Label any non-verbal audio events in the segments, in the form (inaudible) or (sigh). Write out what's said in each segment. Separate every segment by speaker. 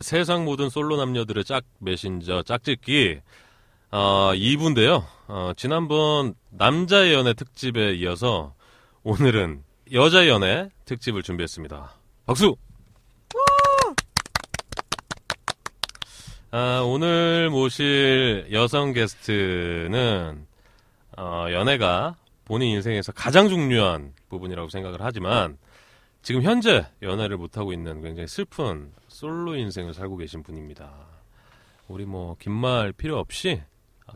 Speaker 1: 세상 모든 솔로 남녀들의 짝 메신저 짝짓기 어, 2부인데요. 어, 지난번 남자의 연애 특집에 이어서 오늘은 여자의 연애 특집을 준비했습니다. 박수! 아, 오늘 모실 여성 게스트는 어, 연애가 본인 인생에서 가장 중요한 부분이라고 생각을 하지만 지금 현재 연애를 못하고 있는 굉장히 슬픈 솔로 인생을 살고 계신 분입니다. 우리 뭐 긴 말 필요 없이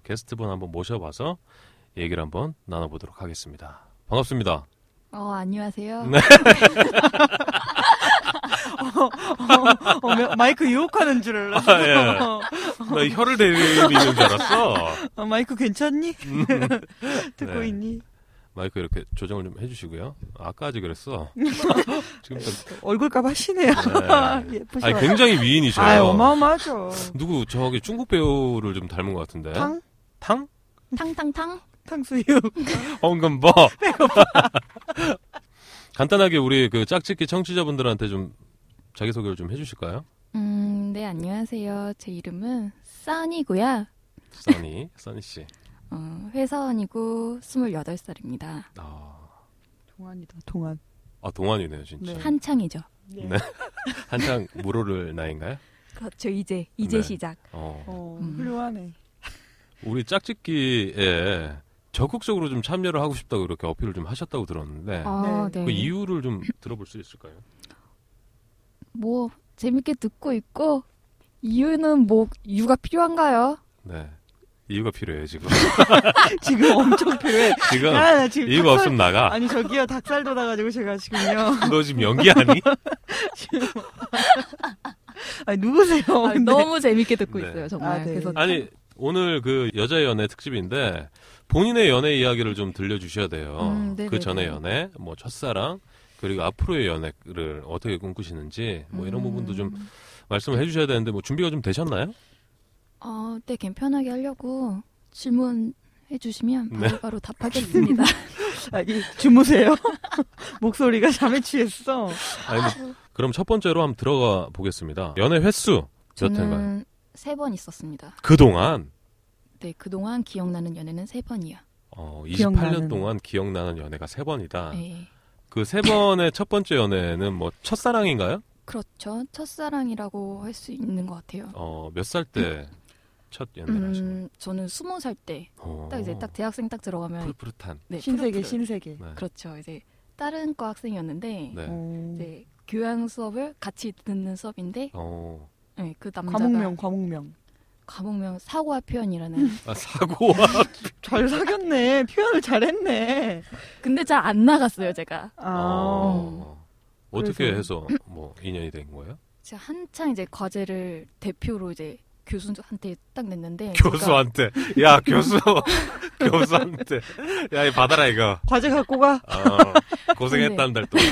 Speaker 1: 게스트분 한번 모셔봐서 얘기를 한번 나눠보도록 하겠습니다. 반갑습니다.
Speaker 2: 어, 안녕하세요.
Speaker 1: 네.
Speaker 3: 어, 어, 마- 마이크 유혹하는 줄
Speaker 1: (laughs)
Speaker 3: 알았어.
Speaker 1: 아, 예.
Speaker 3: 어,
Speaker 1: 나 혀를 대리는 줄 알았어.
Speaker 3: 어, 마이크 괜찮니? (laughs) 듣고
Speaker 1: 음. 네.
Speaker 3: 있니?
Speaker 1: 마이크 이렇게 조정을 좀 해주시고요. 아까지 (laughs) 그랬어. 지금 좀,
Speaker 3: 얼굴값 하시네요.
Speaker 1: 네.
Speaker 3: (laughs) 예쁘셔.
Speaker 1: 아니, 굉장히 위인이셔요.
Speaker 3: 아유, 어마어마하죠.
Speaker 1: 누구 저기 중국 배우를 좀 닮은 것 같은데.
Speaker 3: 탕?
Speaker 1: 탕?
Speaker 2: 탕탕탕.
Speaker 3: 탕수육.
Speaker 1: 엉금버. 간단하게 우리 그 짝짓기 청취자분들한테 좀 자기소개를 좀 해주실까요?
Speaker 2: 음, 네, 안녕하세요. 제 이름은 써니고요.
Speaker 1: 써니, 써니 씨.
Speaker 2: 어, 회사원이고 28살입니다.
Speaker 1: 아,
Speaker 3: 동안이다, 동안.
Speaker 1: 아, 동안이네요, 진짜.
Speaker 3: 네.
Speaker 2: 한창이죠.
Speaker 1: 네. 한창 물오를 나이인가요?
Speaker 2: 그렇죠. 이제 이제
Speaker 1: 네.
Speaker 2: 시작.
Speaker 1: 어.
Speaker 3: 어,
Speaker 2: 음.
Speaker 3: 훌륭하네.
Speaker 1: 우리 짝짓기에 적극적으로 좀 참여를 하고 싶다고 이렇게 어필을 좀 하셨다고 들었는데
Speaker 2: 아, 네.
Speaker 1: 그 이유를 좀 들어볼 수 있을까요?
Speaker 2: 뭐 재밌게 듣고 있고 이유는 뭐 이유가 필요한가요?
Speaker 1: 네. 이유가 필요해요, 지금. (laughs)
Speaker 3: 지금 엄청 필요해.
Speaker 1: 지금
Speaker 3: 야, 나 지금
Speaker 1: 이유가
Speaker 3: 닭살-
Speaker 1: 없으면 나가.
Speaker 3: 아, 아니, 저기요, 닭살 돋아가지고 제가 (laughs) 지금요.
Speaker 1: 너 지금 연기하니?
Speaker 3: 아니, 누구세요?
Speaker 2: 아,
Speaker 3: 근데?
Speaker 2: 너무 재밌게 듣고
Speaker 1: 네.
Speaker 2: 있어요. 정말.
Speaker 3: 아, 네.
Speaker 2: 그래서
Speaker 1: 아니 오늘 그 여자의 연애 특집인데 본인의 연애 이야기를 좀 들려주셔야 돼요.
Speaker 2: 음, 네네네.
Speaker 1: 그 전에 연애, 뭐 첫사랑 그리고 앞으로의 연애를 어떻게 꿈꾸시는지 뭐 이런
Speaker 2: 음,
Speaker 1: 부분도 좀 말씀을 해주셔야 되는데 뭐 준비가 좀 되셨나요?
Speaker 2: 어, 네, 괜편하게 하려고 질문 해주시면
Speaker 1: 네. (laughs)
Speaker 2: 바로바로 답하겠습니다.
Speaker 3: 아, 이- 주무세요. (laughs) 목소리가 잠에 취했어.
Speaker 1: 아니, 뭐, 그럼 첫 번째로 한번 들어가 보겠습니다. 연애 횟수 몇 회인가요?
Speaker 2: 저는 세 번 있었습니다.
Speaker 1: 그 동안
Speaker 2: 네, 그동안 기억나는 연애는 세 번이요.
Speaker 1: 어, 28년
Speaker 3: 기억나는.
Speaker 1: 동안 기억나는 연애가 세 번이다.
Speaker 2: 네.
Speaker 1: 그 세 번의 첫 번째 연애는 뭐 첫사랑인가요?
Speaker 2: 그렇죠. 첫사랑이라고 할 수 있는 것 같아요.
Speaker 1: 어, 몇 살 때 첫 어, 연애를 하신 거예요?
Speaker 2: 음, 저는 스무 살 때 딱
Speaker 1: 어. 그
Speaker 2: 이제 딱 대학생 딱 들어가면
Speaker 1: 푸릇푸릇한.
Speaker 2: 네,
Speaker 3: 신세계,
Speaker 2: 프로필을.
Speaker 3: 신세계.
Speaker 1: 네.
Speaker 2: 그렇죠. 이제 다른 과 학생이었는데
Speaker 1: 네.
Speaker 3: 어,
Speaker 2: 이제 교양 수업을 같이 듣는 수업인데
Speaker 1: 어.
Speaker 2: 네, 그 남자가
Speaker 3: 과목명, 과목명.
Speaker 2: 과목명 사고와 표현이라는 (laughs)
Speaker 1: 아, 사고와.
Speaker 3: 잘 사귀었네. 표현을 잘했네.
Speaker 2: 근데 잘 안 나갔어요 제가
Speaker 3: 아,
Speaker 1: 어. 어떻게
Speaker 3: 그래서-
Speaker 1: 해서 뭐 인연이 된 거예요?
Speaker 2: 제가 한창 이제 과제를 대표로 이제 교수한테 딱 냈는데 제가
Speaker 1: 교수한테. 야, 교수. 교수한테. 야, 이 받아라 이거.
Speaker 3: 과제 갖고 가.
Speaker 1: 어, 고생했다 한 달 동안.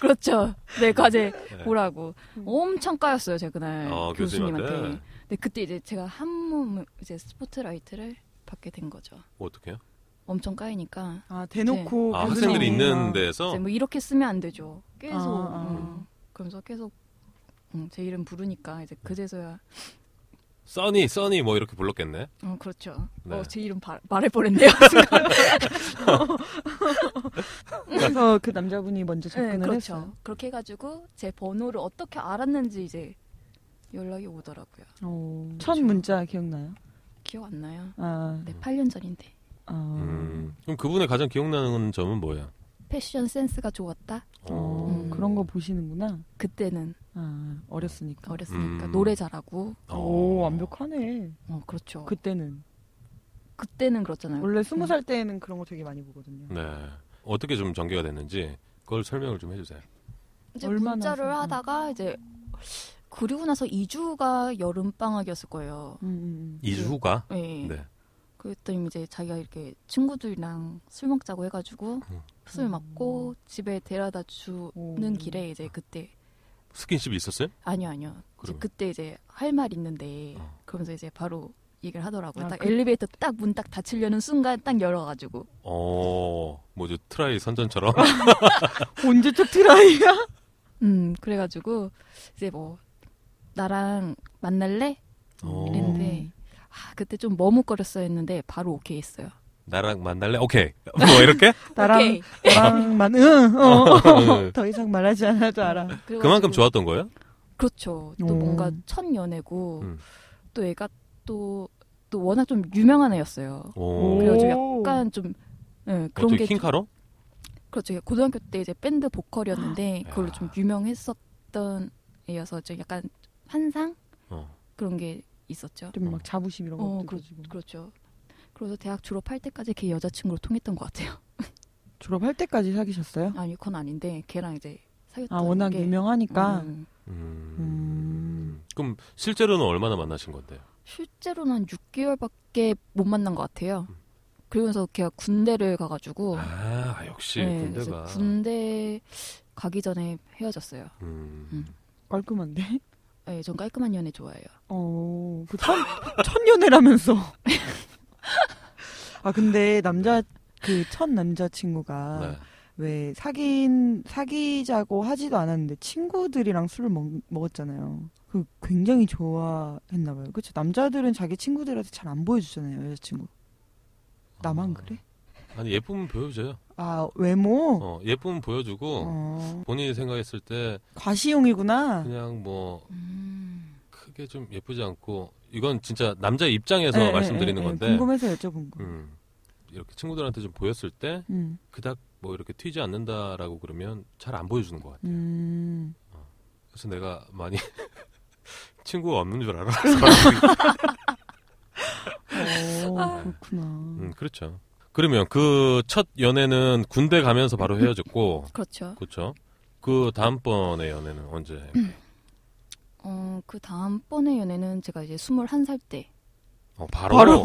Speaker 2: 그렇죠 네 과제
Speaker 1: 네.
Speaker 2: 보라고 엄청 까였어요 제가 그날
Speaker 1: 어,
Speaker 2: 교수님한테
Speaker 1: 교수님한테?
Speaker 2: 근데 그때 이제 제가 한 몸 이제 스포트라이트를 받게 된 거죠
Speaker 1: 어떻게요?
Speaker 2: 엄청 까이니까
Speaker 3: 아, 대놓고.
Speaker 1: 아,
Speaker 2: 교수님.
Speaker 1: 학생들이 있는
Speaker 2: 이제
Speaker 1: 데서
Speaker 2: 뭐 이렇게 쓰면 안 되죠 계속
Speaker 3: 아, 아.
Speaker 2: 음, 그러면서 계속 음, 제 이름 부르니까 이제 그제서야
Speaker 1: 써니, 써니 뭐 이렇게 불렀겠네.
Speaker 2: 어, 그렇죠
Speaker 1: 네.
Speaker 2: 어, 제 이름 바- 말할
Speaker 3: (laughs)
Speaker 2: 뻔했네요
Speaker 3: 그래서 그 남자분이 먼저
Speaker 2: 네,
Speaker 3: 접근을
Speaker 2: 그렇죠
Speaker 3: 했어요.
Speaker 2: 그렇게 해가지고 제 번호를 어떻게 알았는지 이제 연락이 오더라고요 그렇죠.
Speaker 3: 어, 첫 문자 기억나요?
Speaker 2: 기억 안 나요
Speaker 3: 아,
Speaker 2: 네 8년 전인데
Speaker 3: 아.
Speaker 1: 음. 그럼 그분의 가장 기억나는 점은 뭐예요?
Speaker 2: 패션 센스가 좋았다
Speaker 3: 어,
Speaker 2: 음.
Speaker 3: 그런 거 보시는구나.
Speaker 2: 그때는 그러니까
Speaker 3: 아, 어렸으니까.
Speaker 2: 어렸으니까
Speaker 1: 음.
Speaker 2: 노래 잘하고
Speaker 1: 어.
Speaker 3: 오, 완벽하네.
Speaker 2: 어 그렇죠
Speaker 3: 그때는.
Speaker 2: 그때는 그렇잖아요.
Speaker 3: 원래 스무 살 때는 그런 거 되게 많이 보거든요.
Speaker 1: 네. 어떻게 좀 전개가 됐는지 그걸 설명을 좀 해주세요.
Speaker 2: 이제
Speaker 3: 얼마나
Speaker 2: 문자를
Speaker 3: 하세요?
Speaker 2: 하다가 이제 그리고 나서 2주가 여름 방학이었을 거예요.
Speaker 3: 음, 음, 음.
Speaker 1: 이주 후가?
Speaker 2: 네.
Speaker 1: 네.
Speaker 2: 그랬더니 이제 자기가 이렇게 친구들이랑 술 먹자고 해가지고
Speaker 1: 음.
Speaker 2: 술 먹고 집에 데려다 주는
Speaker 3: 오.
Speaker 2: 길에 이제 그때
Speaker 1: 스킨십이 있었어요?
Speaker 2: 아니요 아니요 이제
Speaker 1: 그러면?
Speaker 2: 그때 이제 할 말 있는데
Speaker 1: 어.
Speaker 2: 그러면서 이제 바로 얘기를 하더라고요.
Speaker 3: 아,
Speaker 2: 딱
Speaker 3: 그-
Speaker 2: 엘리베이터 딱 문 딱 닫히려는 순간 딱 열어가지고
Speaker 1: 어, 뭐죠? 트라이 선전처럼? (laughs)
Speaker 3: 언제적 트라이야?
Speaker 2: 음, 그래가지고 이제 뭐 나랑 만날래?
Speaker 1: 어,
Speaker 3: 음.
Speaker 2: 이랬는데 아, 그때 좀 머뭇거렸어야 했는데 바로 오케이 했어요.
Speaker 1: 나랑 만날래? 오케이. 뭐 이렇게?
Speaker 3: 나랑
Speaker 2: 오케이.
Speaker 3: 나랑만 응. 어.
Speaker 1: 응.
Speaker 3: 더 이상 말하지 않아도 알아.
Speaker 2: 그래가지고-
Speaker 1: 네. 그만큼 좋았던 거예요?
Speaker 2: 그렇죠. 또
Speaker 3: 오.
Speaker 2: 뭔가 첫 연애고
Speaker 1: 음.
Speaker 2: 또 애가 또, 또 워낙 좀 유명한 애였어요.
Speaker 1: 오.
Speaker 3: 그래요?
Speaker 2: 그래가지고 약간 좀 예, 그런
Speaker 1: 뭐 어떻게
Speaker 2: 게 좀-
Speaker 1: 킹카로?
Speaker 2: 그렇죠. 고등학교 때 이제 밴드 보컬이었는데 그걸로
Speaker 1: 야.
Speaker 2: 좀 유명했었던 애여서 좀 약간 환상
Speaker 1: 어.
Speaker 2: 그런 게 있었죠.
Speaker 3: 좀 막 자부심 이런
Speaker 2: 어,
Speaker 3: 것도
Speaker 2: 그렇-
Speaker 3: 가지고.
Speaker 2: 그렇죠. 그래서 대학 졸업할 때까지 걔 여자친구로 통했던 것 같아요. (laughs)
Speaker 3: 졸업할 때까지 사귀셨어요?
Speaker 2: 아니 그건 아닌데 걔랑 이제 사귀었던
Speaker 3: 아 워낙
Speaker 2: 게
Speaker 3: 유명하니까.
Speaker 2: 음,
Speaker 1: 음.
Speaker 3: 음.
Speaker 1: 그럼 실제로는 얼마나 만나신 건데요?
Speaker 2: 실제로는 한 6개월밖에 못 만난 것 같아요. 그러면서 걔가 군대를 가가지고
Speaker 1: 음. 아 역시
Speaker 2: 어. 네,
Speaker 1: 군대가.
Speaker 2: 그래서 군대 가기 전에 헤어졌어요.
Speaker 1: 음.
Speaker 2: 음.
Speaker 3: 깔끔한데. (laughs)
Speaker 2: 예, 전 깔끔한 연애 좋아해요.
Speaker 3: 어, 그 천, 첫
Speaker 2: (laughs)
Speaker 3: 연애라면서. 아, 근데 남자, 그 첫 남자친구가
Speaker 1: 네.
Speaker 3: 왜 사귄, 사귀자고 하지도 않았는데 친구들이랑 술을 먹, 먹었잖아요. 그 굉장히 좋아했나봐요. 그쵸? 남자들은 자기 친구들한테 잘 안 보여주잖아요, 여자친구. 나만
Speaker 1: 아.
Speaker 3: 그래?
Speaker 1: 아니 예쁨은 보여줘요.
Speaker 3: 아, 외모?
Speaker 1: 어, 예쁨은 보여주고
Speaker 3: 어,
Speaker 1: 본인이 생각했을 때
Speaker 3: 과시용이구나.
Speaker 1: 그냥 뭐
Speaker 2: 음.
Speaker 1: 크게 좀 예쁘지 않고 이건 진짜 남자 입장에서
Speaker 3: 예, 예,
Speaker 1: 말씀드리는
Speaker 3: 예, 예.
Speaker 1: 건데
Speaker 3: 궁금해서 여쭤본 거.
Speaker 1: 음, 이렇게 친구들한테 좀 보였을 때
Speaker 3: 음.
Speaker 1: 그닥 뭐 이렇게 튀지 않는다라고 그러면 잘 안 보여주는 것 같아요.
Speaker 3: 음.
Speaker 1: 그래서 내가 많이 (laughs) 친구가 없는 줄 알아.
Speaker 3: (laughs)
Speaker 2: 아.
Speaker 3: 어, 그렇구나.
Speaker 1: 음, 그렇죠. 그러면 그 첫 연애는 군대 가면서 바로 헤어졌고
Speaker 2: 그렇죠.
Speaker 1: 그렇죠. 그 다음번의 연애는 언제?
Speaker 2: 어, 그 다음번에 연애는 제가 이제 21살 때.
Speaker 1: 어, 바로
Speaker 3: 바로.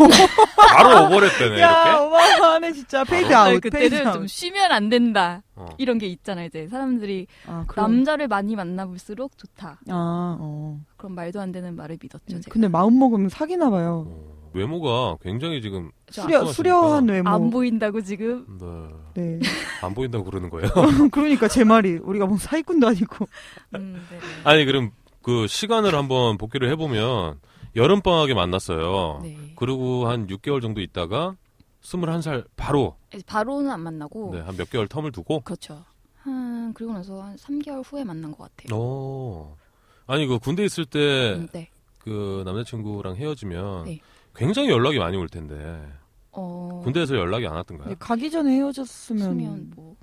Speaker 1: 바로 오버랩되네
Speaker 3: (laughs) 야,
Speaker 1: 이렇게.
Speaker 3: 어마어마하네, 진짜. 페이드 아웃, 페이드
Speaker 2: 그때는
Speaker 3: 아웃.
Speaker 2: 좀 쉬면 안 된다.
Speaker 1: 어.
Speaker 2: 이런 게 있잖아요. 이제 사람들이
Speaker 3: 아, 그럼.
Speaker 2: 남자를 많이 만나볼수록 좋다.
Speaker 3: 아, 어.
Speaker 2: 그런 말도 안 되는 말을 믿었죠. 제가.
Speaker 3: 근데 마음 먹으면 사귀나 봐요.
Speaker 1: 어, 외모가 굉장히 지금
Speaker 2: 저
Speaker 3: 수려
Speaker 1: 안
Speaker 3: 수려한 외모.
Speaker 2: 안 보인다고 지금.
Speaker 1: 네,
Speaker 3: 네. (laughs)
Speaker 1: 안 보인다고 그러는 거예요. (laughs)
Speaker 3: 그러니까 제 말이 우리가 뭐 사기꾼도 아니고.
Speaker 2: 음, 네네.
Speaker 1: 아니 그럼 그 시간을 한번 복귀를 해보면 여름 방학에 만났어요.
Speaker 2: 네.
Speaker 1: 그리고 한 6개월 정도 있다가 21살 바로
Speaker 2: 이제 바로는 안 만나고.
Speaker 1: 네, 한 몇 개월 텀을 두고
Speaker 2: 그렇죠. 한 그리고 나서 한 3개월 후에 만난 것 같아요.
Speaker 1: 어. 아니 그 군대 있을 때
Speaker 2: 음,
Speaker 1: 그
Speaker 2: 네.
Speaker 1: 남자친구랑 헤어지면
Speaker 2: 네.
Speaker 1: 굉장히 연락이 많이 올 텐데
Speaker 2: 어,
Speaker 1: 군대에서 연락이 안
Speaker 3: 근데
Speaker 1: 왔던가요?
Speaker 3: 가기 전에
Speaker 2: 있으면
Speaker 3: 헤어졌으면
Speaker 2: 뭐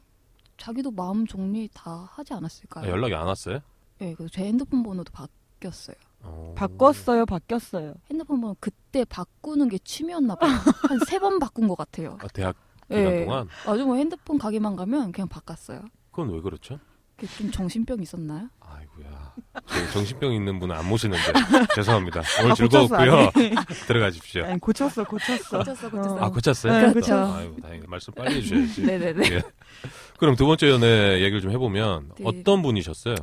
Speaker 2: 자기도 마음 정리 다 하지 않았을까요?
Speaker 1: 아, 연락이 안 왔어요?
Speaker 2: 예, 그래서 제 핸드폰 번호도 바뀌었어요.
Speaker 1: 어.
Speaker 3: 바꿨어요, 바뀌었어요.
Speaker 2: 핸드폰 번호 그때 바꾸는 게 취미였나 봐요. 한 세 번 바꾼 것
Speaker 1: (laughs)
Speaker 2: 같아요.
Speaker 1: 아, 대학 기간
Speaker 2: 예.
Speaker 1: 동안
Speaker 2: 아주 뭐 핸드폰 가게만 가면 그냥 바꿨어요.
Speaker 1: 그건 왜 그렇죠?
Speaker 2: 그게 좀 정신병 있었나요?
Speaker 1: 아이고야. 저희 정신병 있는 분은 안 모시는데 (laughs) 죄송합니다. 오늘
Speaker 3: 아,
Speaker 1: 즐거웠고요. 네.
Speaker 3: 고쳤어. 아니,
Speaker 1: (laughs) 들어가십시오.
Speaker 3: 아니, 고쳤어,
Speaker 2: (laughs)
Speaker 3: 고쳤어.
Speaker 2: 고쳤어, 고쳤어.
Speaker 1: 아, 고쳤어요?
Speaker 3: 네, 그렇죠.
Speaker 1: 아이고, 다행이다. 말씀 빨리 해주셔야지.
Speaker 2: 네네네.
Speaker 1: 그럼 두 번째 연애 얘기를 좀 해보면
Speaker 2: 네.
Speaker 1: 어떤 분이셨어요?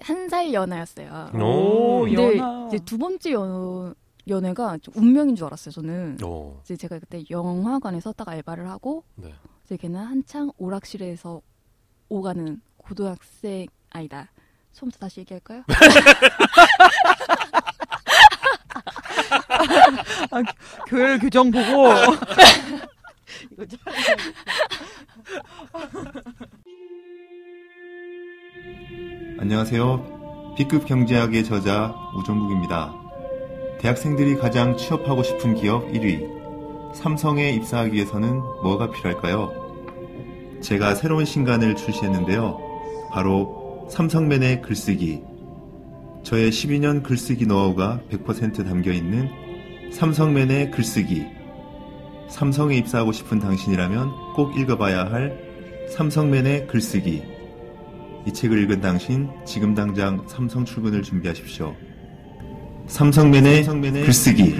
Speaker 2: 한 살 연하였어요.
Speaker 1: 음.
Speaker 3: 오,
Speaker 2: 근데
Speaker 3: 연하.
Speaker 2: 이제 두 번째 연, 연애가 좀 운명인 줄 알았어요, 저는.
Speaker 1: 어,
Speaker 2: 이제 제가 그때 영화관에서 딱 알바를 하고
Speaker 1: 네.
Speaker 2: 이제 걔는 한창 오락실에서 오가는 고등학생 아니다. 처음부터 다시 얘기할까요?
Speaker 3: 교열 규정 보고.
Speaker 2: 아,
Speaker 3: 이거 참-
Speaker 4: 안녕하세요. B급 경제학의 저자 우정국입니다. 대학생들이 가장 취업하고 싶은 기업 1위. 삼성에 입사하기 위해서는 뭐가 필요할까요? 제가 새로운 신간을 출시했는데요. 바로 삼성맨의 글쓰기. 저의 12년 글쓰기 노하우가 100% 담겨 있는 삼성맨의 글쓰기. 삼성에 입사하고 싶은 당신이라면 꼭 읽어봐야 할 삼성맨의 글쓰기. 이 책을 읽은 당신 지금 당장 삼성 출근을 준비하십시오. 삼성맨의, 글쓰기.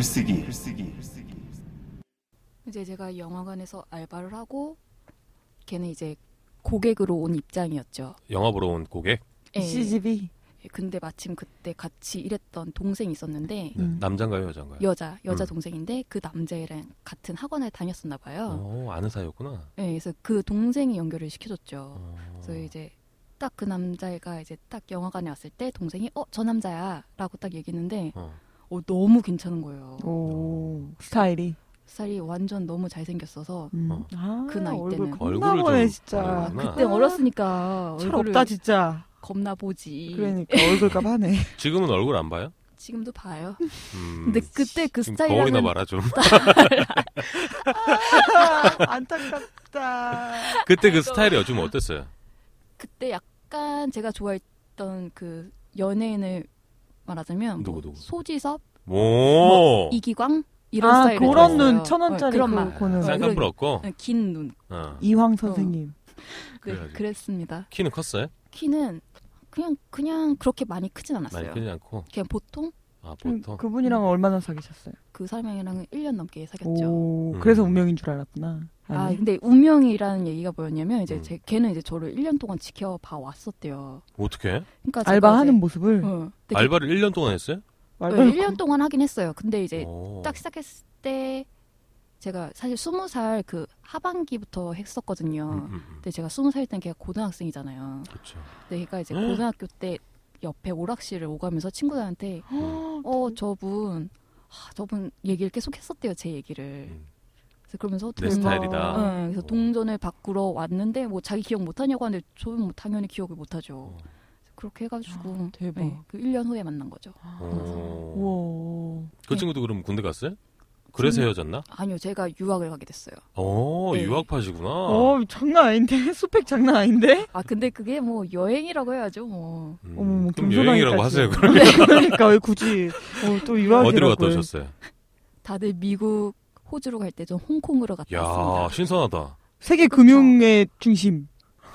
Speaker 2: 이제 제가 영화관에서 알바를 하고 걔는 이제 고객으로 온 입장이었죠.
Speaker 1: 영화 보러 온 고객,
Speaker 2: 예.
Speaker 3: CGV.
Speaker 2: 예, 근데 마침 그때 같이 일했던 동생이 있었는데
Speaker 1: 네.
Speaker 3: 음.
Speaker 1: 남잔가요, 여잔가요?
Speaker 2: 여자 여자
Speaker 1: 음.
Speaker 2: 동생인데 그 남자애랑 같은 학원에 다녔었나 봐요.
Speaker 1: 어, 아는 사이였구나.
Speaker 2: 예, 그래서 그 동생이 연결을 시켜줬죠.
Speaker 1: 어.
Speaker 2: 그래서 이제 딱 그 남자애가 이제 딱 영화관에 왔을 때 동생이 어 저 남자야라고 딱 얘기했는데
Speaker 1: 어.
Speaker 2: 어 너무 괜찮은 거예요.
Speaker 3: 오 스타일이
Speaker 2: 살이 완전 너무 잘생겼어서
Speaker 3: 음.
Speaker 1: 어.
Speaker 3: 아,
Speaker 2: 그 나이
Speaker 3: 얼굴
Speaker 2: 때는.
Speaker 3: 겁나
Speaker 1: 얼굴을 좀
Speaker 3: 보네 진짜
Speaker 1: 바라는구나.
Speaker 2: 그때
Speaker 1: 아.
Speaker 2: 어렸으니까
Speaker 3: 철
Speaker 2: 얼굴을
Speaker 3: 없다 진짜
Speaker 2: 겁나 보지.
Speaker 3: 그러니까
Speaker 2: (laughs)
Speaker 3: 얼굴값 하네
Speaker 1: 지금은 얼굴 안 봐요?
Speaker 2: 지금도 봐요.
Speaker 1: 음,
Speaker 2: 근데 그때 그
Speaker 1: 지금 거울이나
Speaker 2: 스타일이랑은
Speaker 1: 봐라 좀. (laughs)
Speaker 3: 안타깝다
Speaker 2: 어.
Speaker 1: 그때 그 스타일이 요즘 어땠어요?
Speaker 2: 그때 약간 제가 좋아했던 그 연예인을 말하자면 뭐
Speaker 1: 누구, 누구? 어.
Speaker 2: 소지섭,
Speaker 1: 오.
Speaker 2: 뭐, 이기광 이런
Speaker 3: 아
Speaker 2: 스타일이
Speaker 3: 그런
Speaker 1: 좋았어요.
Speaker 3: 눈 천원짜리
Speaker 2: 그런
Speaker 3: 그
Speaker 2: 맛.
Speaker 3: 고는
Speaker 1: 쌍꺼풀 없고.
Speaker 2: 긴 눈.
Speaker 1: 어.
Speaker 3: 이황 선생님
Speaker 2: 네,
Speaker 1: 그래가지고.
Speaker 2: 그랬습니다.
Speaker 1: 키는 컸어요?
Speaker 2: 키는 그냥 그냥 그렇게 많이 크진 않았어요.
Speaker 1: 많이 크지 않고.
Speaker 2: 그냥 보통
Speaker 1: 아
Speaker 3: 그-
Speaker 1: 보통.
Speaker 3: 그분이랑 얼마나 사귀셨어요?
Speaker 2: 그 사람이랑은 1년 넘게 사귀었죠.
Speaker 3: 오
Speaker 1: 음.
Speaker 3: 그래서 운명인 줄 알았구나
Speaker 2: 아,
Speaker 3: 아니. 네.
Speaker 2: 근데 운명이라는 얘기가 뭐였냐면 이제
Speaker 1: 음.
Speaker 2: 제, 걔는 이제 저를 1년 동안 지켜봐 왔었대요.
Speaker 1: 어떻게?
Speaker 2: 그러니까 제가
Speaker 3: 알바하는
Speaker 2: 이제-
Speaker 3: 모습을
Speaker 2: 어, 근데
Speaker 1: 알바를 1년 동안 했어요?
Speaker 2: 네,
Speaker 3: 알바를
Speaker 2: 1년 동안 하긴 했어요. 근데 이제
Speaker 1: 오.
Speaker 2: 네. 딱 시작했을 때 제가 사실 20살 그 하반기부터 했었거든요.
Speaker 1: 음, 음, 음.
Speaker 2: 근데 제가 20살 땐 걔가 고등학생이잖아요.
Speaker 1: 그렇죠.
Speaker 2: 근데 걔가 이제 고등학교 때 옆에 오락실을 오가면서 친구들한테
Speaker 3: 헉,
Speaker 2: 어 저분 아, 저분 얘기를 계속 했었대요 제 얘기를
Speaker 1: 음.
Speaker 2: 그래서 그러면서
Speaker 1: 내
Speaker 2: 동전-
Speaker 1: 스타일이다.
Speaker 2: 응, 그래서
Speaker 1: 어.
Speaker 2: 동전을 바꾸러 왔는데 뭐 자기 기억 못하냐고 하는데 저는 뭐 당연히 기억을 못하죠
Speaker 1: 어.
Speaker 2: 그렇게 해가지고
Speaker 3: 아, 대박.
Speaker 2: 그 1년 후에 만난 거죠
Speaker 1: 오.
Speaker 3: 우와
Speaker 1: 그 친구도 그럼 군대 갔어요? 그래서
Speaker 3: 음.
Speaker 2: 군-
Speaker 1: 헤어졌나?
Speaker 2: 아니요 제가 유학을 가게 됐어요
Speaker 1: 어,
Speaker 2: 네.
Speaker 1: 유학파시구나.
Speaker 3: 어 장난 아닌데 (laughs) 스펙 장난 아닌데
Speaker 2: 아 근데 그게 뭐 여행이라고 해야죠 뭐
Speaker 1: 음,
Speaker 3: 어머,
Speaker 1: 그럼
Speaker 3: 겸손하기까지.
Speaker 1: 여행이라고 하세요. 그럼
Speaker 3: 네, 그러니까 왜 굳이 어, 또 유학이라고
Speaker 1: 어디로 갔다 오셨어요?
Speaker 2: 다들 미국 호주로 갈 때 전 홍콩으로 갔다
Speaker 1: 야,
Speaker 2: 왔습니다
Speaker 1: 신선하다.
Speaker 3: 세계 금융의 중심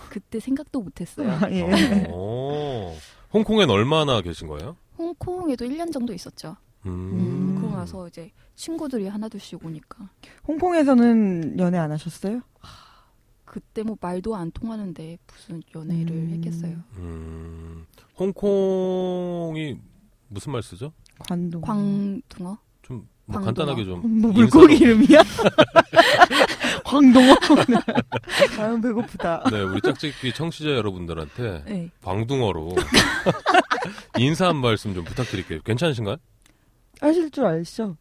Speaker 2: 그때 생각도
Speaker 1: 음.
Speaker 2: 못했어요
Speaker 3: 예.
Speaker 1: 어. 홍콩엔 얼마나 계신 거예요?
Speaker 2: 홍콩에도 1년 정도 있었죠
Speaker 1: 음.
Speaker 2: 그러고 나서 이제 친구들이 하나둘씩 오니까
Speaker 3: 홍콩에서는 연애 안 하셨어요?
Speaker 2: 그때 뭐 말도 안 통하는데 무슨 연애를
Speaker 3: 음.
Speaker 2: 했겠어요.
Speaker 1: 음. 홍콩이 무슨 말 쓰죠?
Speaker 3: 관동
Speaker 2: 광둥어?
Speaker 1: 좀 뭐
Speaker 2: 광동어.
Speaker 1: 간단하게 좀
Speaker 3: 뭐 물고기
Speaker 1: 인사로-
Speaker 3: (laughs) 이름이야? (laughs) 광동어 아유 배고프다
Speaker 1: 네, 우리 짝짓기 청취자 여러분들한테
Speaker 2: 네.
Speaker 1: 광둥어로 (laughs) 인사 한 말씀 좀 부탁드릴게요. 괜찮으신가요?
Speaker 3: 아실 줄 아시죠?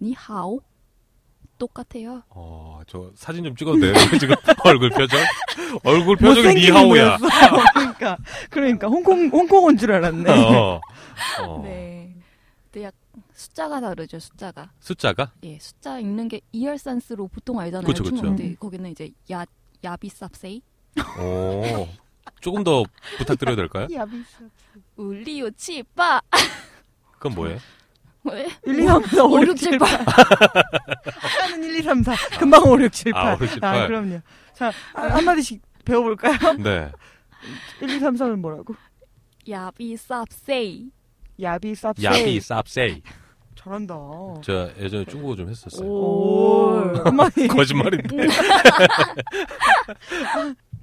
Speaker 2: 니하오? 똑같아요.
Speaker 1: 어, 저 사진 좀 찍어도 돼요? 네, 지금 (laughs) 얼굴 표정? 얼굴 표정이 니하오야.
Speaker 3: 이모였어. 그러니까 그러니까 홍콩 홍콩 온 줄 알았네
Speaker 1: 어. 어.
Speaker 2: 네. 근데 약 숫자가 다르죠, 숫자가.
Speaker 1: 숫자가?
Speaker 2: 예, 숫자 읽는 게 이열산스로 보통 알잖아요.
Speaker 1: 그쵸, 그쵸.
Speaker 2: 중국인들. 거기는 이제 야 야비쌉세이
Speaker 1: 오. 조금 더 부탁드려도 될까요?
Speaker 3: 야비스
Speaker 2: 울리요 치빠
Speaker 1: 그건 뭐예요?
Speaker 3: 1, 2, 3, 4, 5, 6, 7, 8
Speaker 2: 5678
Speaker 3: 아까는 1, 2, 3, 4 금방 5, 6, 7, 8
Speaker 1: 아, 5, 6, 7, 8.
Speaker 3: 그럼요 자 아, 한마디씩 배워볼까요?
Speaker 1: 네.
Speaker 3: 1, 2, 3, 4는 뭐라고?
Speaker 2: 야비쌉세이
Speaker 3: 야비 쌉세
Speaker 1: 야비 쌉세이.
Speaker 3: 잘한다
Speaker 1: 저 예전에 중국어 좀 했었어요.
Speaker 3: 오 한마디
Speaker 1: (laughs)
Speaker 3: 음.
Speaker 1: 거짓말인데.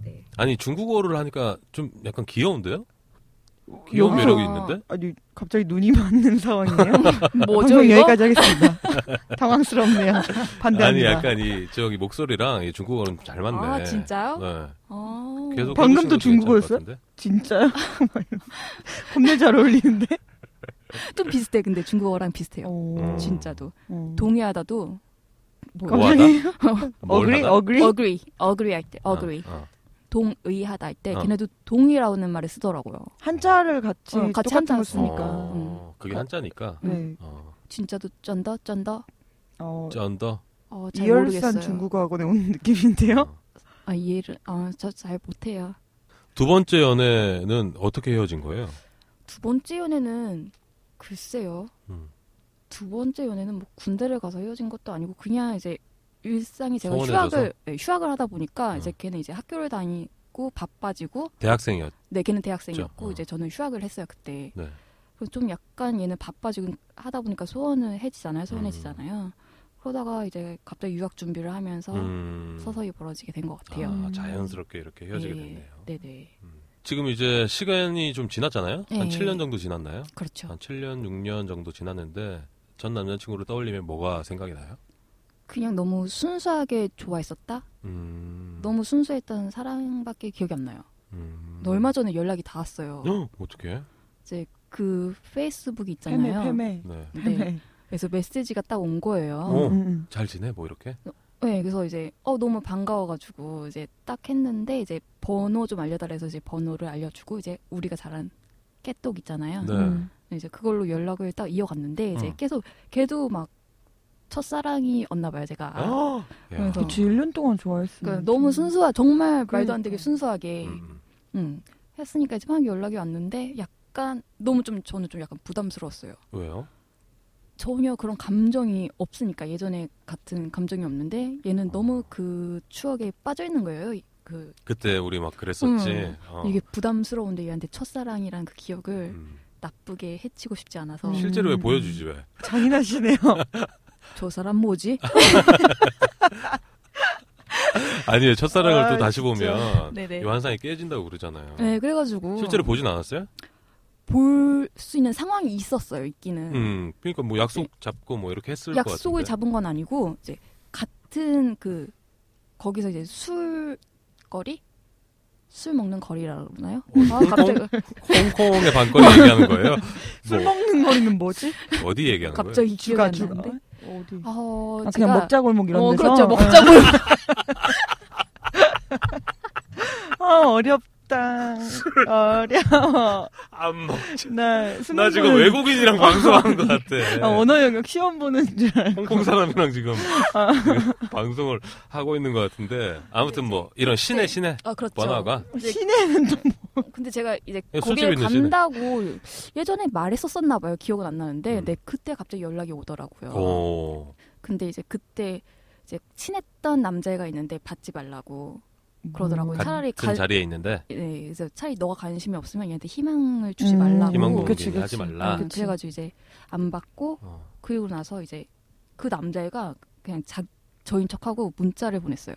Speaker 1: 네. 아니 중국어를 하니까 좀 약간 귀여운데요? 귀여운
Speaker 3: 여기서-
Speaker 1: 매력이 있는데?
Speaker 3: 아니 갑자기 눈이 맞는 상황이네요.
Speaker 2: 뭐죠
Speaker 3: 방송
Speaker 2: 이거?
Speaker 3: 여기까지 하겠습니다. 당황스럽네요. 반대합니다.
Speaker 1: 아니 약간 이 저기 목소리랑 이 중국어는 잘 맞네.
Speaker 2: 아, 진짜요?
Speaker 1: 네.
Speaker 2: 어.
Speaker 1: 계속
Speaker 3: 방금도
Speaker 1: 해보시는 것도
Speaker 3: 중국어였어요?
Speaker 1: 괜찮을 것 같은데?
Speaker 3: 진짜요? (laughs) 겁내 잘 어울리는데.
Speaker 2: 좀 비슷해. 근데 중국어랑 비슷해요.
Speaker 1: 음.
Speaker 2: 진짜도.
Speaker 3: 어.
Speaker 2: 동의하다도 뭐
Speaker 3: 갑자기
Speaker 1: 뭘
Speaker 3: 어그리
Speaker 1: 뭐 하다?
Speaker 3: 어그리.
Speaker 2: agree, agree 할 때, agree,
Speaker 1: 어, 어.
Speaker 2: 동의하다 할 때
Speaker 1: 어.
Speaker 2: 걔네도 동의라는 말을 쓰더라고요.
Speaker 3: 한자를 같이
Speaker 2: 어, 같이
Speaker 3: 똑같은
Speaker 2: 한자 음.
Speaker 3: 걸 쓰니까. 음.
Speaker 1: 어, 그게 한자니까.
Speaker 3: 네.
Speaker 1: 어.
Speaker 2: 진짜도 쩐더 쩐더.
Speaker 3: 어,
Speaker 1: 쩐더.
Speaker 2: 어, 잘
Speaker 3: 이열산
Speaker 2: 모르겠어요.
Speaker 3: 중국어 학원에 온 느낌인데요.
Speaker 1: 어.
Speaker 2: 아 이해를, 아저 잘 못해요.
Speaker 1: 두 번째 연애는 어떻게 헤어진 거예요?
Speaker 2: 두 번째 연애는 글쎄요.
Speaker 1: 음.
Speaker 2: 두 번째 연애는 뭐 군대를 가서 헤어진 것도 아니고 그냥 이제 일상이 제가
Speaker 1: 서운해져서?
Speaker 2: 휴학을 네, 휴학을 하다 보니까 이제
Speaker 1: 음.
Speaker 2: 걔는 이제 학교를 다니고 바빠지고
Speaker 1: 대학생이었.
Speaker 2: 네 걔는 대학생이었고
Speaker 1: 어.
Speaker 2: 이제 저는 휴학을 했어요 그때.
Speaker 1: 네.
Speaker 2: 그래서 좀 약간 얘는 바빠지고 하다 보니까 소원해지잖아요. 소원해지잖아요. 그러다가 이제 갑자기 유학 준비를
Speaker 3: 어.
Speaker 2: 하면서
Speaker 1: 음.
Speaker 2: 서서히 벌어지게 된 것 같아요.
Speaker 1: 아, 자연스럽게 이렇게 헤어지게
Speaker 2: 음. 예,
Speaker 1: 됐네요.
Speaker 2: 네네.
Speaker 1: 지금 이제 시간이 좀 지났잖아요. 한
Speaker 2: 예.
Speaker 1: 7년 정도 지났나요?
Speaker 2: 그렇죠.
Speaker 1: 한 7년, 6년 정도 지났는데 전 남자친구를 떠올리면 뭐가 생각이 나요?
Speaker 2: 그냥 너무 순수하게 좋아했었다?
Speaker 1: 음.
Speaker 2: 너무 순수했던 사랑밖에 기억이 안 나요.
Speaker 1: 음.
Speaker 2: 근데 얼마 전에 연락이 닿았어요.
Speaker 1: 어? 어떻게?
Speaker 2: 이제 그 페이스북이
Speaker 3: 패매
Speaker 2: 있잖아요.
Speaker 3: 패매
Speaker 1: 네.
Speaker 2: 네.
Speaker 3: 패매.
Speaker 2: 그래서 메시지가 딱 온 거예요.
Speaker 1: 어.
Speaker 3: 음, 음, 음.
Speaker 1: 잘 지내? 뭐 이렇게?
Speaker 2: 네, 그래서 이제 어 너무 반가워가지고 이제 딱 했는데 이제 번호 좀 알려달라 해서 이제 번호를 알려주고 이제 우리가 잘한 깨똑 있잖아요.
Speaker 1: 네.
Speaker 3: 음.
Speaker 2: 이제 그걸로 연락을 딱 이어갔는데 이제
Speaker 1: 음.
Speaker 2: 계속 걔도 막 첫사랑이었나 봐요 제가.
Speaker 1: 어? 야.
Speaker 2: 아, 그래서-
Speaker 3: 그치 1년 동안 좋아했어.
Speaker 2: 그러니까 너무 순수하 정말 말도 안
Speaker 3: 그러니까.
Speaker 2: 되게 순수하게
Speaker 1: 음.
Speaker 2: 음, 했으니까 이제 막 연락이 왔는데 약간 너무 좀 저는 좀 약간 부담스러웠어요.
Speaker 1: 왜요?
Speaker 2: 전혀 그런 감정이 없으니까 예전에 같은 감정이 없는데 얘는 너무 그 추억에 빠져 있는 거예요. 이- 그
Speaker 1: 그때 우리 막 그랬었지.
Speaker 2: 음.
Speaker 1: 어.
Speaker 2: 이게 부담스러운데 얘한테 첫사랑이란 그 기억을
Speaker 1: 음.
Speaker 2: 나쁘게 해치고 싶지 않아서
Speaker 3: 음.
Speaker 1: 실제로 왜 보여주지 왜?
Speaker 3: 잔인하시네요.
Speaker 1: (laughs)
Speaker 2: 저 사람 뭐지?
Speaker 1: 아, 아니 첫사랑을
Speaker 3: 아,
Speaker 1: 또 다시
Speaker 3: 진짜.
Speaker 1: 보면
Speaker 2: 네네.
Speaker 1: 이 환상이 깨진다고 그러잖아요.
Speaker 2: 네, 그래가지고
Speaker 1: 실제로 보진 않았어요?
Speaker 2: 볼 수 있는 상황이 있었어요. 있기는
Speaker 1: 음, 그러니까 뭐 약속 잡고 뭐 이렇게 했을 것
Speaker 2: 네. 약속을
Speaker 1: 같은데.
Speaker 2: 잡은 건 아니고 이제 같은 그 거기서 이제 술거리 술 먹는 거리라 그러나요?
Speaker 1: 어,
Speaker 2: 아, 갑자기
Speaker 1: 홍콩의 반권
Speaker 2: (laughs)
Speaker 1: 얘기하는 거예요?
Speaker 3: 술
Speaker 1: 뭐
Speaker 3: 먹는 거리는 뭐지?
Speaker 1: 어디 얘기하는 거예요?
Speaker 2: 갑자기 기억이
Speaker 3: 주가
Speaker 2: 안
Speaker 3: 주가.
Speaker 2: 나는데.
Speaker 3: 어디?
Speaker 2: 어,
Speaker 3: 아,
Speaker 2: 제가
Speaker 3: 그냥 먹자 골목 이런
Speaker 2: 어,
Speaker 3: 데서.
Speaker 2: 그렇죠. 먹자 골목.
Speaker 1: (laughs)
Speaker 3: (laughs) 아 어렵다.
Speaker 2: (laughs)
Speaker 3: 어려워.
Speaker 1: 안 먹자.
Speaker 3: 나,
Speaker 1: 아, 뭐 나
Speaker 3: 수능
Speaker 1: 지금
Speaker 3: 보는-
Speaker 1: 외국인이랑 방송하는 것
Speaker 2: 네. (laughs)
Speaker 1: 같아.
Speaker 3: 아, 언어 영역 시험 보는 줄 알고.
Speaker 1: 홍콩 사람이랑 지금
Speaker 2: 아.
Speaker 1: 지금 방송을 하고 있는 것 같은데 아무튼 뭐 이런 시내
Speaker 2: 네.
Speaker 1: 시내
Speaker 2: 아, 그렇죠.
Speaker 1: 번화가
Speaker 2: 이제
Speaker 3: 시내는
Speaker 2: 근데 제가 이제
Speaker 1: 예,
Speaker 2: 거기를
Speaker 1: 술집 있는
Speaker 2: 간다고 예전에 말했었었나 봐요. 기억은 안 나는데
Speaker 1: 음. 어.
Speaker 2: 네, 그때 갑자기 연락이 오더라고요.
Speaker 1: 오
Speaker 2: 근데 이제 그때 이제 친했던 남자애가 있는데 받지 말라고 그러더라고요.
Speaker 3: 음.
Speaker 2: 차라리
Speaker 1: 같은
Speaker 2: 가,
Speaker 1: 자리에 있는데
Speaker 2: 예, 그래서 차라리 너가 관심이 없으면 얘한테 희망을 주지
Speaker 3: 음.
Speaker 2: 말라고.
Speaker 1: 희망
Speaker 3: 오, 그치,
Speaker 1: 공개 하지
Speaker 3: 그치.
Speaker 2: 아,
Speaker 1: 말라.
Speaker 3: 그-
Speaker 2: 그래가지고 이제 안 받고
Speaker 1: 어.
Speaker 2: 그리고 나서 이제 그 남자애가 그냥 자, 저인 척하고 문자를 보냈어요.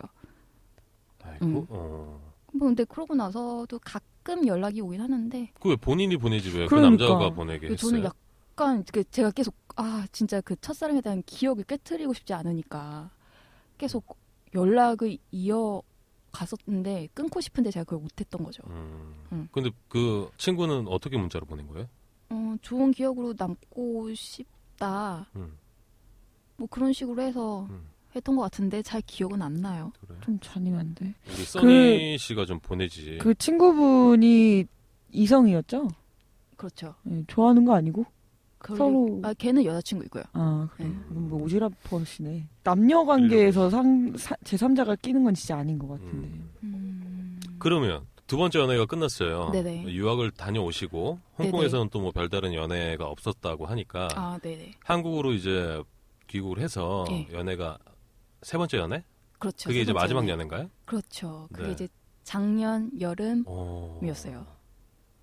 Speaker 1: 아이고.
Speaker 2: 음.
Speaker 1: 어.
Speaker 2: 뭐 근데 그러고 나서도 가끔 연락이 오긴 하는데
Speaker 1: 그왜 본인이 보내지 왜 그
Speaker 3: 그러니까.
Speaker 1: 남자가 보내게
Speaker 2: 그
Speaker 1: 했어요?
Speaker 2: 저는 약간 그 제가 계속 아 진짜 그 첫사랑에 대한 기억을 깨트리고 싶지 않으니까 계속 연락을 이어 갔었는데 끊고 싶은데 제가 그걸 못했던 거죠.
Speaker 1: 음.
Speaker 2: 음.
Speaker 1: 근데 그 친구는 어떻게 문자로 보낸 거예요?
Speaker 2: 어, 좋은 기억으로 남고 싶다.
Speaker 1: 음.
Speaker 2: 뭐 그런 식으로 해서
Speaker 1: 음.
Speaker 2: 했던 것 같은데 잘 기억은 안 나요.
Speaker 1: 그래.
Speaker 3: 좀 잔인한데.
Speaker 2: 네. 그
Speaker 1: 우리 써니 씨가 좀 보내지.
Speaker 3: 그 친구분이 이성이었죠?
Speaker 2: 그렇죠.
Speaker 3: 예, 좋아하는 거 아니고? 서로.
Speaker 2: 아 걔는 여자친구이고요.
Speaker 3: 아,
Speaker 2: 네.
Speaker 1: 음.
Speaker 3: 그럼 뭐 오지랖 버릇이네. 남녀 관계에서 상, 사, 제3자가 끼는 건 진짜 아닌 것 같은데.
Speaker 1: 음.
Speaker 2: 음.
Speaker 1: 그러면 두 번째 연애가 끝났어요.
Speaker 2: 네네.
Speaker 1: 유학을 다녀오시고 홍콩에서는 또 뭐 별다른 연애가 없었다고 하니까
Speaker 2: 아 네네.
Speaker 1: 한국으로 이제 귀국을 해서
Speaker 2: 예.
Speaker 1: 연애가 세 번째 연애?
Speaker 2: 그렇죠.
Speaker 1: 그게
Speaker 2: 세
Speaker 1: 이제
Speaker 2: 번째
Speaker 1: 마지막
Speaker 2: 연애.
Speaker 1: 연애인가요?
Speaker 2: 그렇죠. 그게
Speaker 1: 네.
Speaker 2: 이제 작년 여름이었어요.
Speaker 1: 어.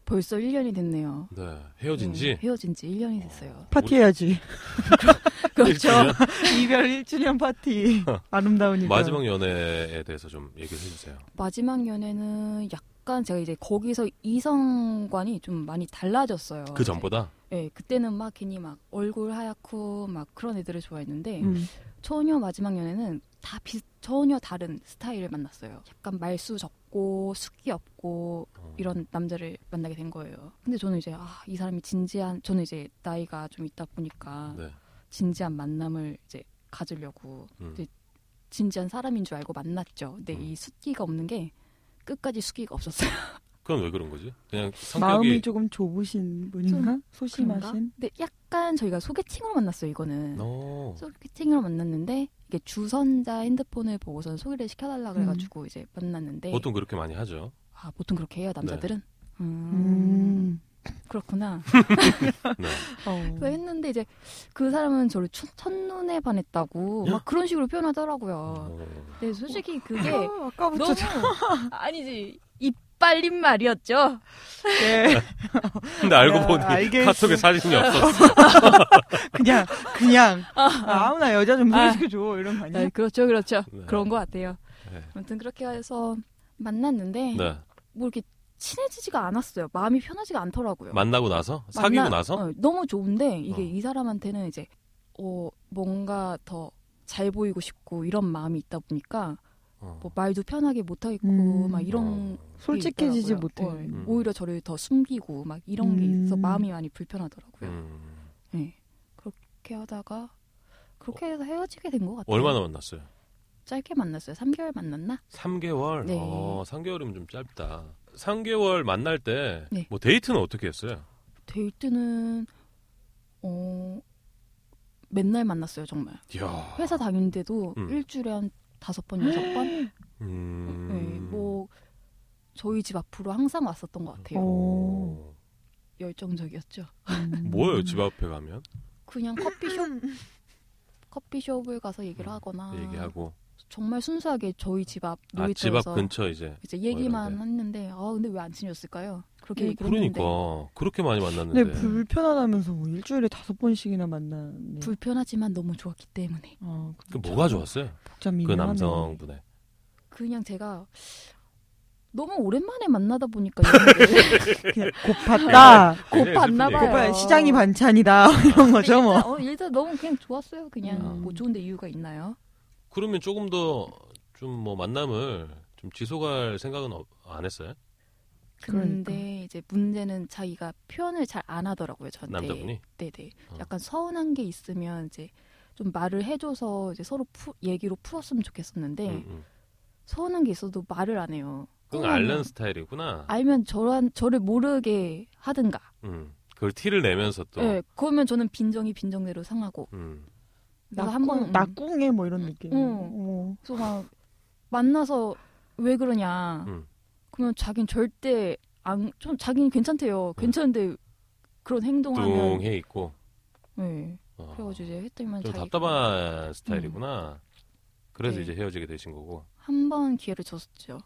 Speaker 2: 벌써 1년이 됐네요.
Speaker 1: 네. 헤어진 지
Speaker 2: 네, 헤어진 지 1년이 됐어요.
Speaker 3: (laughs) 파티해야지.
Speaker 2: 그렇죠.
Speaker 3: (laughs) 이별 1주년 파티. 아름다우니까.
Speaker 1: 마지막 연애에 대해서 좀 얘기를 해주세요.
Speaker 2: 마지막 연애는 약간 제가 이제 거기서 이성관이 좀 많이 달라졌어요.
Speaker 1: 그 전보다?
Speaker 2: 이제, 예, 그때는 막 괜히 막 얼굴 하얗고 막 그런 애들을 좋아했는데
Speaker 3: 음.
Speaker 2: 전혀 마지막 연애는 다 비, 전혀 다른 스타일을 만났어요. 약간 말수 적고 숙기 없고
Speaker 1: 어.
Speaker 2: 네. 이런 남자를 만나게 된 거예요. 근데 저는 이제 아, 이 사람이 진지한 저는 이제 나이가 좀 있다 보니까
Speaker 1: 네.
Speaker 2: 진지한 만남을 이제 가지려고
Speaker 1: 음.
Speaker 2: 이제 진지한 사람인 줄 알고 만났죠. 근데
Speaker 1: 음.
Speaker 2: 이 숫기가 없는 게 끝까지 숫기가 없었어요.
Speaker 1: 그건 왜 그런 거지? 그냥
Speaker 3: 마음이
Speaker 1: 성격이
Speaker 3: 조금 좁으신 분인가?
Speaker 2: 그런가?
Speaker 3: 소심하신?
Speaker 2: 근데 약간 저희가 소개팅으로 만났어요. 이거는
Speaker 1: 어.
Speaker 2: 소개팅으로 만났는데 이게 주선자 핸드폰을 보고선 소개를 시켜달라 그래가지고 이제 만났는데
Speaker 1: 보통 네. 그렇게 많이 하죠.
Speaker 2: 아 보통 그렇게 해요 남자들은. 음,
Speaker 3: 음.
Speaker 2: 그렇구나.
Speaker 1: 네.
Speaker 2: 그래서
Speaker 3: 어.
Speaker 2: 했는데 이제 그 사람은 저를 첫, 첫눈에 반했다고 막 그런 식으로 표현하더라고요.
Speaker 1: 어. (laughs)
Speaker 2: 근데 솔직히 그게
Speaker 3: 아, (laughs) 아까부터
Speaker 2: 너무 아니지 입 빨린 말이었죠.
Speaker 3: 네.
Speaker 1: 근데 네, 알고
Speaker 3: 야,
Speaker 1: 보니
Speaker 3: 알겠어.
Speaker 1: 카톡에 사진이
Speaker 2: (laughs)
Speaker 1: 없었어.
Speaker 3: (laughs) 그냥 그냥 아, 무나 여자 좀
Speaker 2: 아.
Speaker 3: 소개시켜줘 이런 거 아니야?
Speaker 2: 네, 그렇죠, 그렇죠.
Speaker 1: 네.
Speaker 2: 그런 것 같아요.
Speaker 1: 네.
Speaker 2: 아무튼 그렇게 해서 만났는데
Speaker 1: 네.
Speaker 2: 뭐 이렇게 친해지지가 않았어요. 마음이 편하지가 않더라고요.
Speaker 1: 만나고 나서? 사귀고
Speaker 2: 만나-
Speaker 1: 나서?
Speaker 2: 어, 너무 좋은데 이게
Speaker 1: 어.
Speaker 2: 이 사람한테는 이제 어, 뭔가 더 잘 보이고 싶고 이런 마음이 있다 보니까
Speaker 1: 어.
Speaker 2: 뭐 말도 편하게 못하겠고
Speaker 3: 음.
Speaker 2: 막 이런
Speaker 3: 솔직해지지
Speaker 2: 있더라고요.
Speaker 3: 못해.
Speaker 2: 어,
Speaker 1: 음.
Speaker 2: 오히려 저를 더 숨기고 막 이런 게
Speaker 3: 음.
Speaker 2: 있어 마음이 많이 불편하더라고요.
Speaker 1: 음.
Speaker 2: 네. 그렇게 하다가 그렇게 해서 헤어지게 된 것 같아요.
Speaker 1: 얼마나 만났어요?
Speaker 2: 짧게 만났어요. 3개월 만났나?
Speaker 1: 3개월?
Speaker 2: 네.
Speaker 1: 어, 3개월이면 좀 짧다. 3개월 만날 때 뭐
Speaker 2: 네.
Speaker 1: 데이트는 어떻게 했어요?
Speaker 2: 데이트는 어 맨날 만났어요 정말.
Speaker 1: 이야.
Speaker 2: 회사 다니는데도
Speaker 1: 음.
Speaker 2: 일주일에 한 다섯 번 여섯 번.
Speaker 1: 음.
Speaker 2: 네, 뭐 저희 집 앞으로 항상 왔었던 것 같아요.
Speaker 1: 어.
Speaker 2: 열정적이었죠. 음.
Speaker 1: 음. 뭐예요, 집 앞에 가면?
Speaker 2: 그냥 커피숍
Speaker 3: 음.
Speaker 2: 커피숍을 가서 얘기를 하거나
Speaker 1: 음. 얘기하고.
Speaker 2: 정말 순수하게 저희 집 앞
Speaker 1: 아, 집 앞
Speaker 2: 놀이터에서
Speaker 1: 근처 이제.
Speaker 2: 이제
Speaker 1: 뭐
Speaker 2: 얘기만
Speaker 1: 이런데.
Speaker 2: 했는데 아 근데 왜 안 친해졌을까요? 그렇게
Speaker 3: 음,
Speaker 2: 얘기를
Speaker 1: 그러니까.
Speaker 2: 했는데 네,
Speaker 1: 그렇게 많이
Speaker 3: 근데
Speaker 1: 만났는데.
Speaker 3: 불편하다면서 뭐 일주일에 다섯 번씩이나 만나네.
Speaker 2: 불편하지만 너무 좋았기 때문에
Speaker 3: 어,
Speaker 1: 그 뭐가 좋았어요?
Speaker 3: 복잡
Speaker 1: 그
Speaker 3: 미묘하네.
Speaker 1: 남성분의.
Speaker 2: 그냥 제가 너무 오랜만에 만나다 보니까 얘기를
Speaker 3: 그냥 고팠다.
Speaker 1: 굉장히
Speaker 2: 봤나
Speaker 1: 슬픈
Speaker 2: 봐요.
Speaker 1: 얘기예요.
Speaker 3: 고파 시장이 반찬이다 (laughs) 이런 거죠 뭐.
Speaker 2: 어, 일단 너무 그냥 좋았어요. 그냥
Speaker 1: 음.
Speaker 2: 뭐 좋은데 이유가 있나요?
Speaker 1: 그러면 조금 더 좀 뭐 만남을 좀 지속할 생각은 어- 안 했어요?
Speaker 3: 그러니까.
Speaker 2: 근데 이제 문제는 자기가 표현을 잘 안 하더라고요. 저한테.
Speaker 1: 남자분이?
Speaker 2: 네네.
Speaker 1: 어.
Speaker 2: 약간 서운한 게 있으면 이제 좀 말을 해줘서 이제 서로 푸, 얘기로 풀었으면 좋겠었는데
Speaker 1: 음, 음.
Speaker 2: 서운한 게 있어도 말을 안 해요.
Speaker 1: 그건
Speaker 2: 서운하면
Speaker 1: 알는 스타일이구나.
Speaker 2: 알면 저란 저를 모르게 하든가.
Speaker 1: 음. 그걸 티를 내면서 또.
Speaker 2: 네, 그러면 저는 빈정이 빈정대로 상하고.
Speaker 1: 음.
Speaker 2: 그래서 한번 음,
Speaker 3: 낙궁에 뭐 이런 느낌.
Speaker 2: 응.
Speaker 3: 어.
Speaker 2: 그래서 막 만나서 왜 그러냐.
Speaker 1: 음.
Speaker 2: 그러면 자긴 절대 안, 좀 자기는 괜찮대요.
Speaker 1: 네.
Speaker 2: 괜찮은데 그런 행동하면.
Speaker 1: 뚱해 있고.
Speaker 2: 네.
Speaker 1: 어.
Speaker 2: 그래가지고 이제 했더니만
Speaker 1: 좀
Speaker 2: 자기
Speaker 1: 답답한 스타일이구나. 그래서
Speaker 2: 네.
Speaker 1: 이제 헤어지게 되신 거고.
Speaker 2: 한 번 기회를 줬었죠.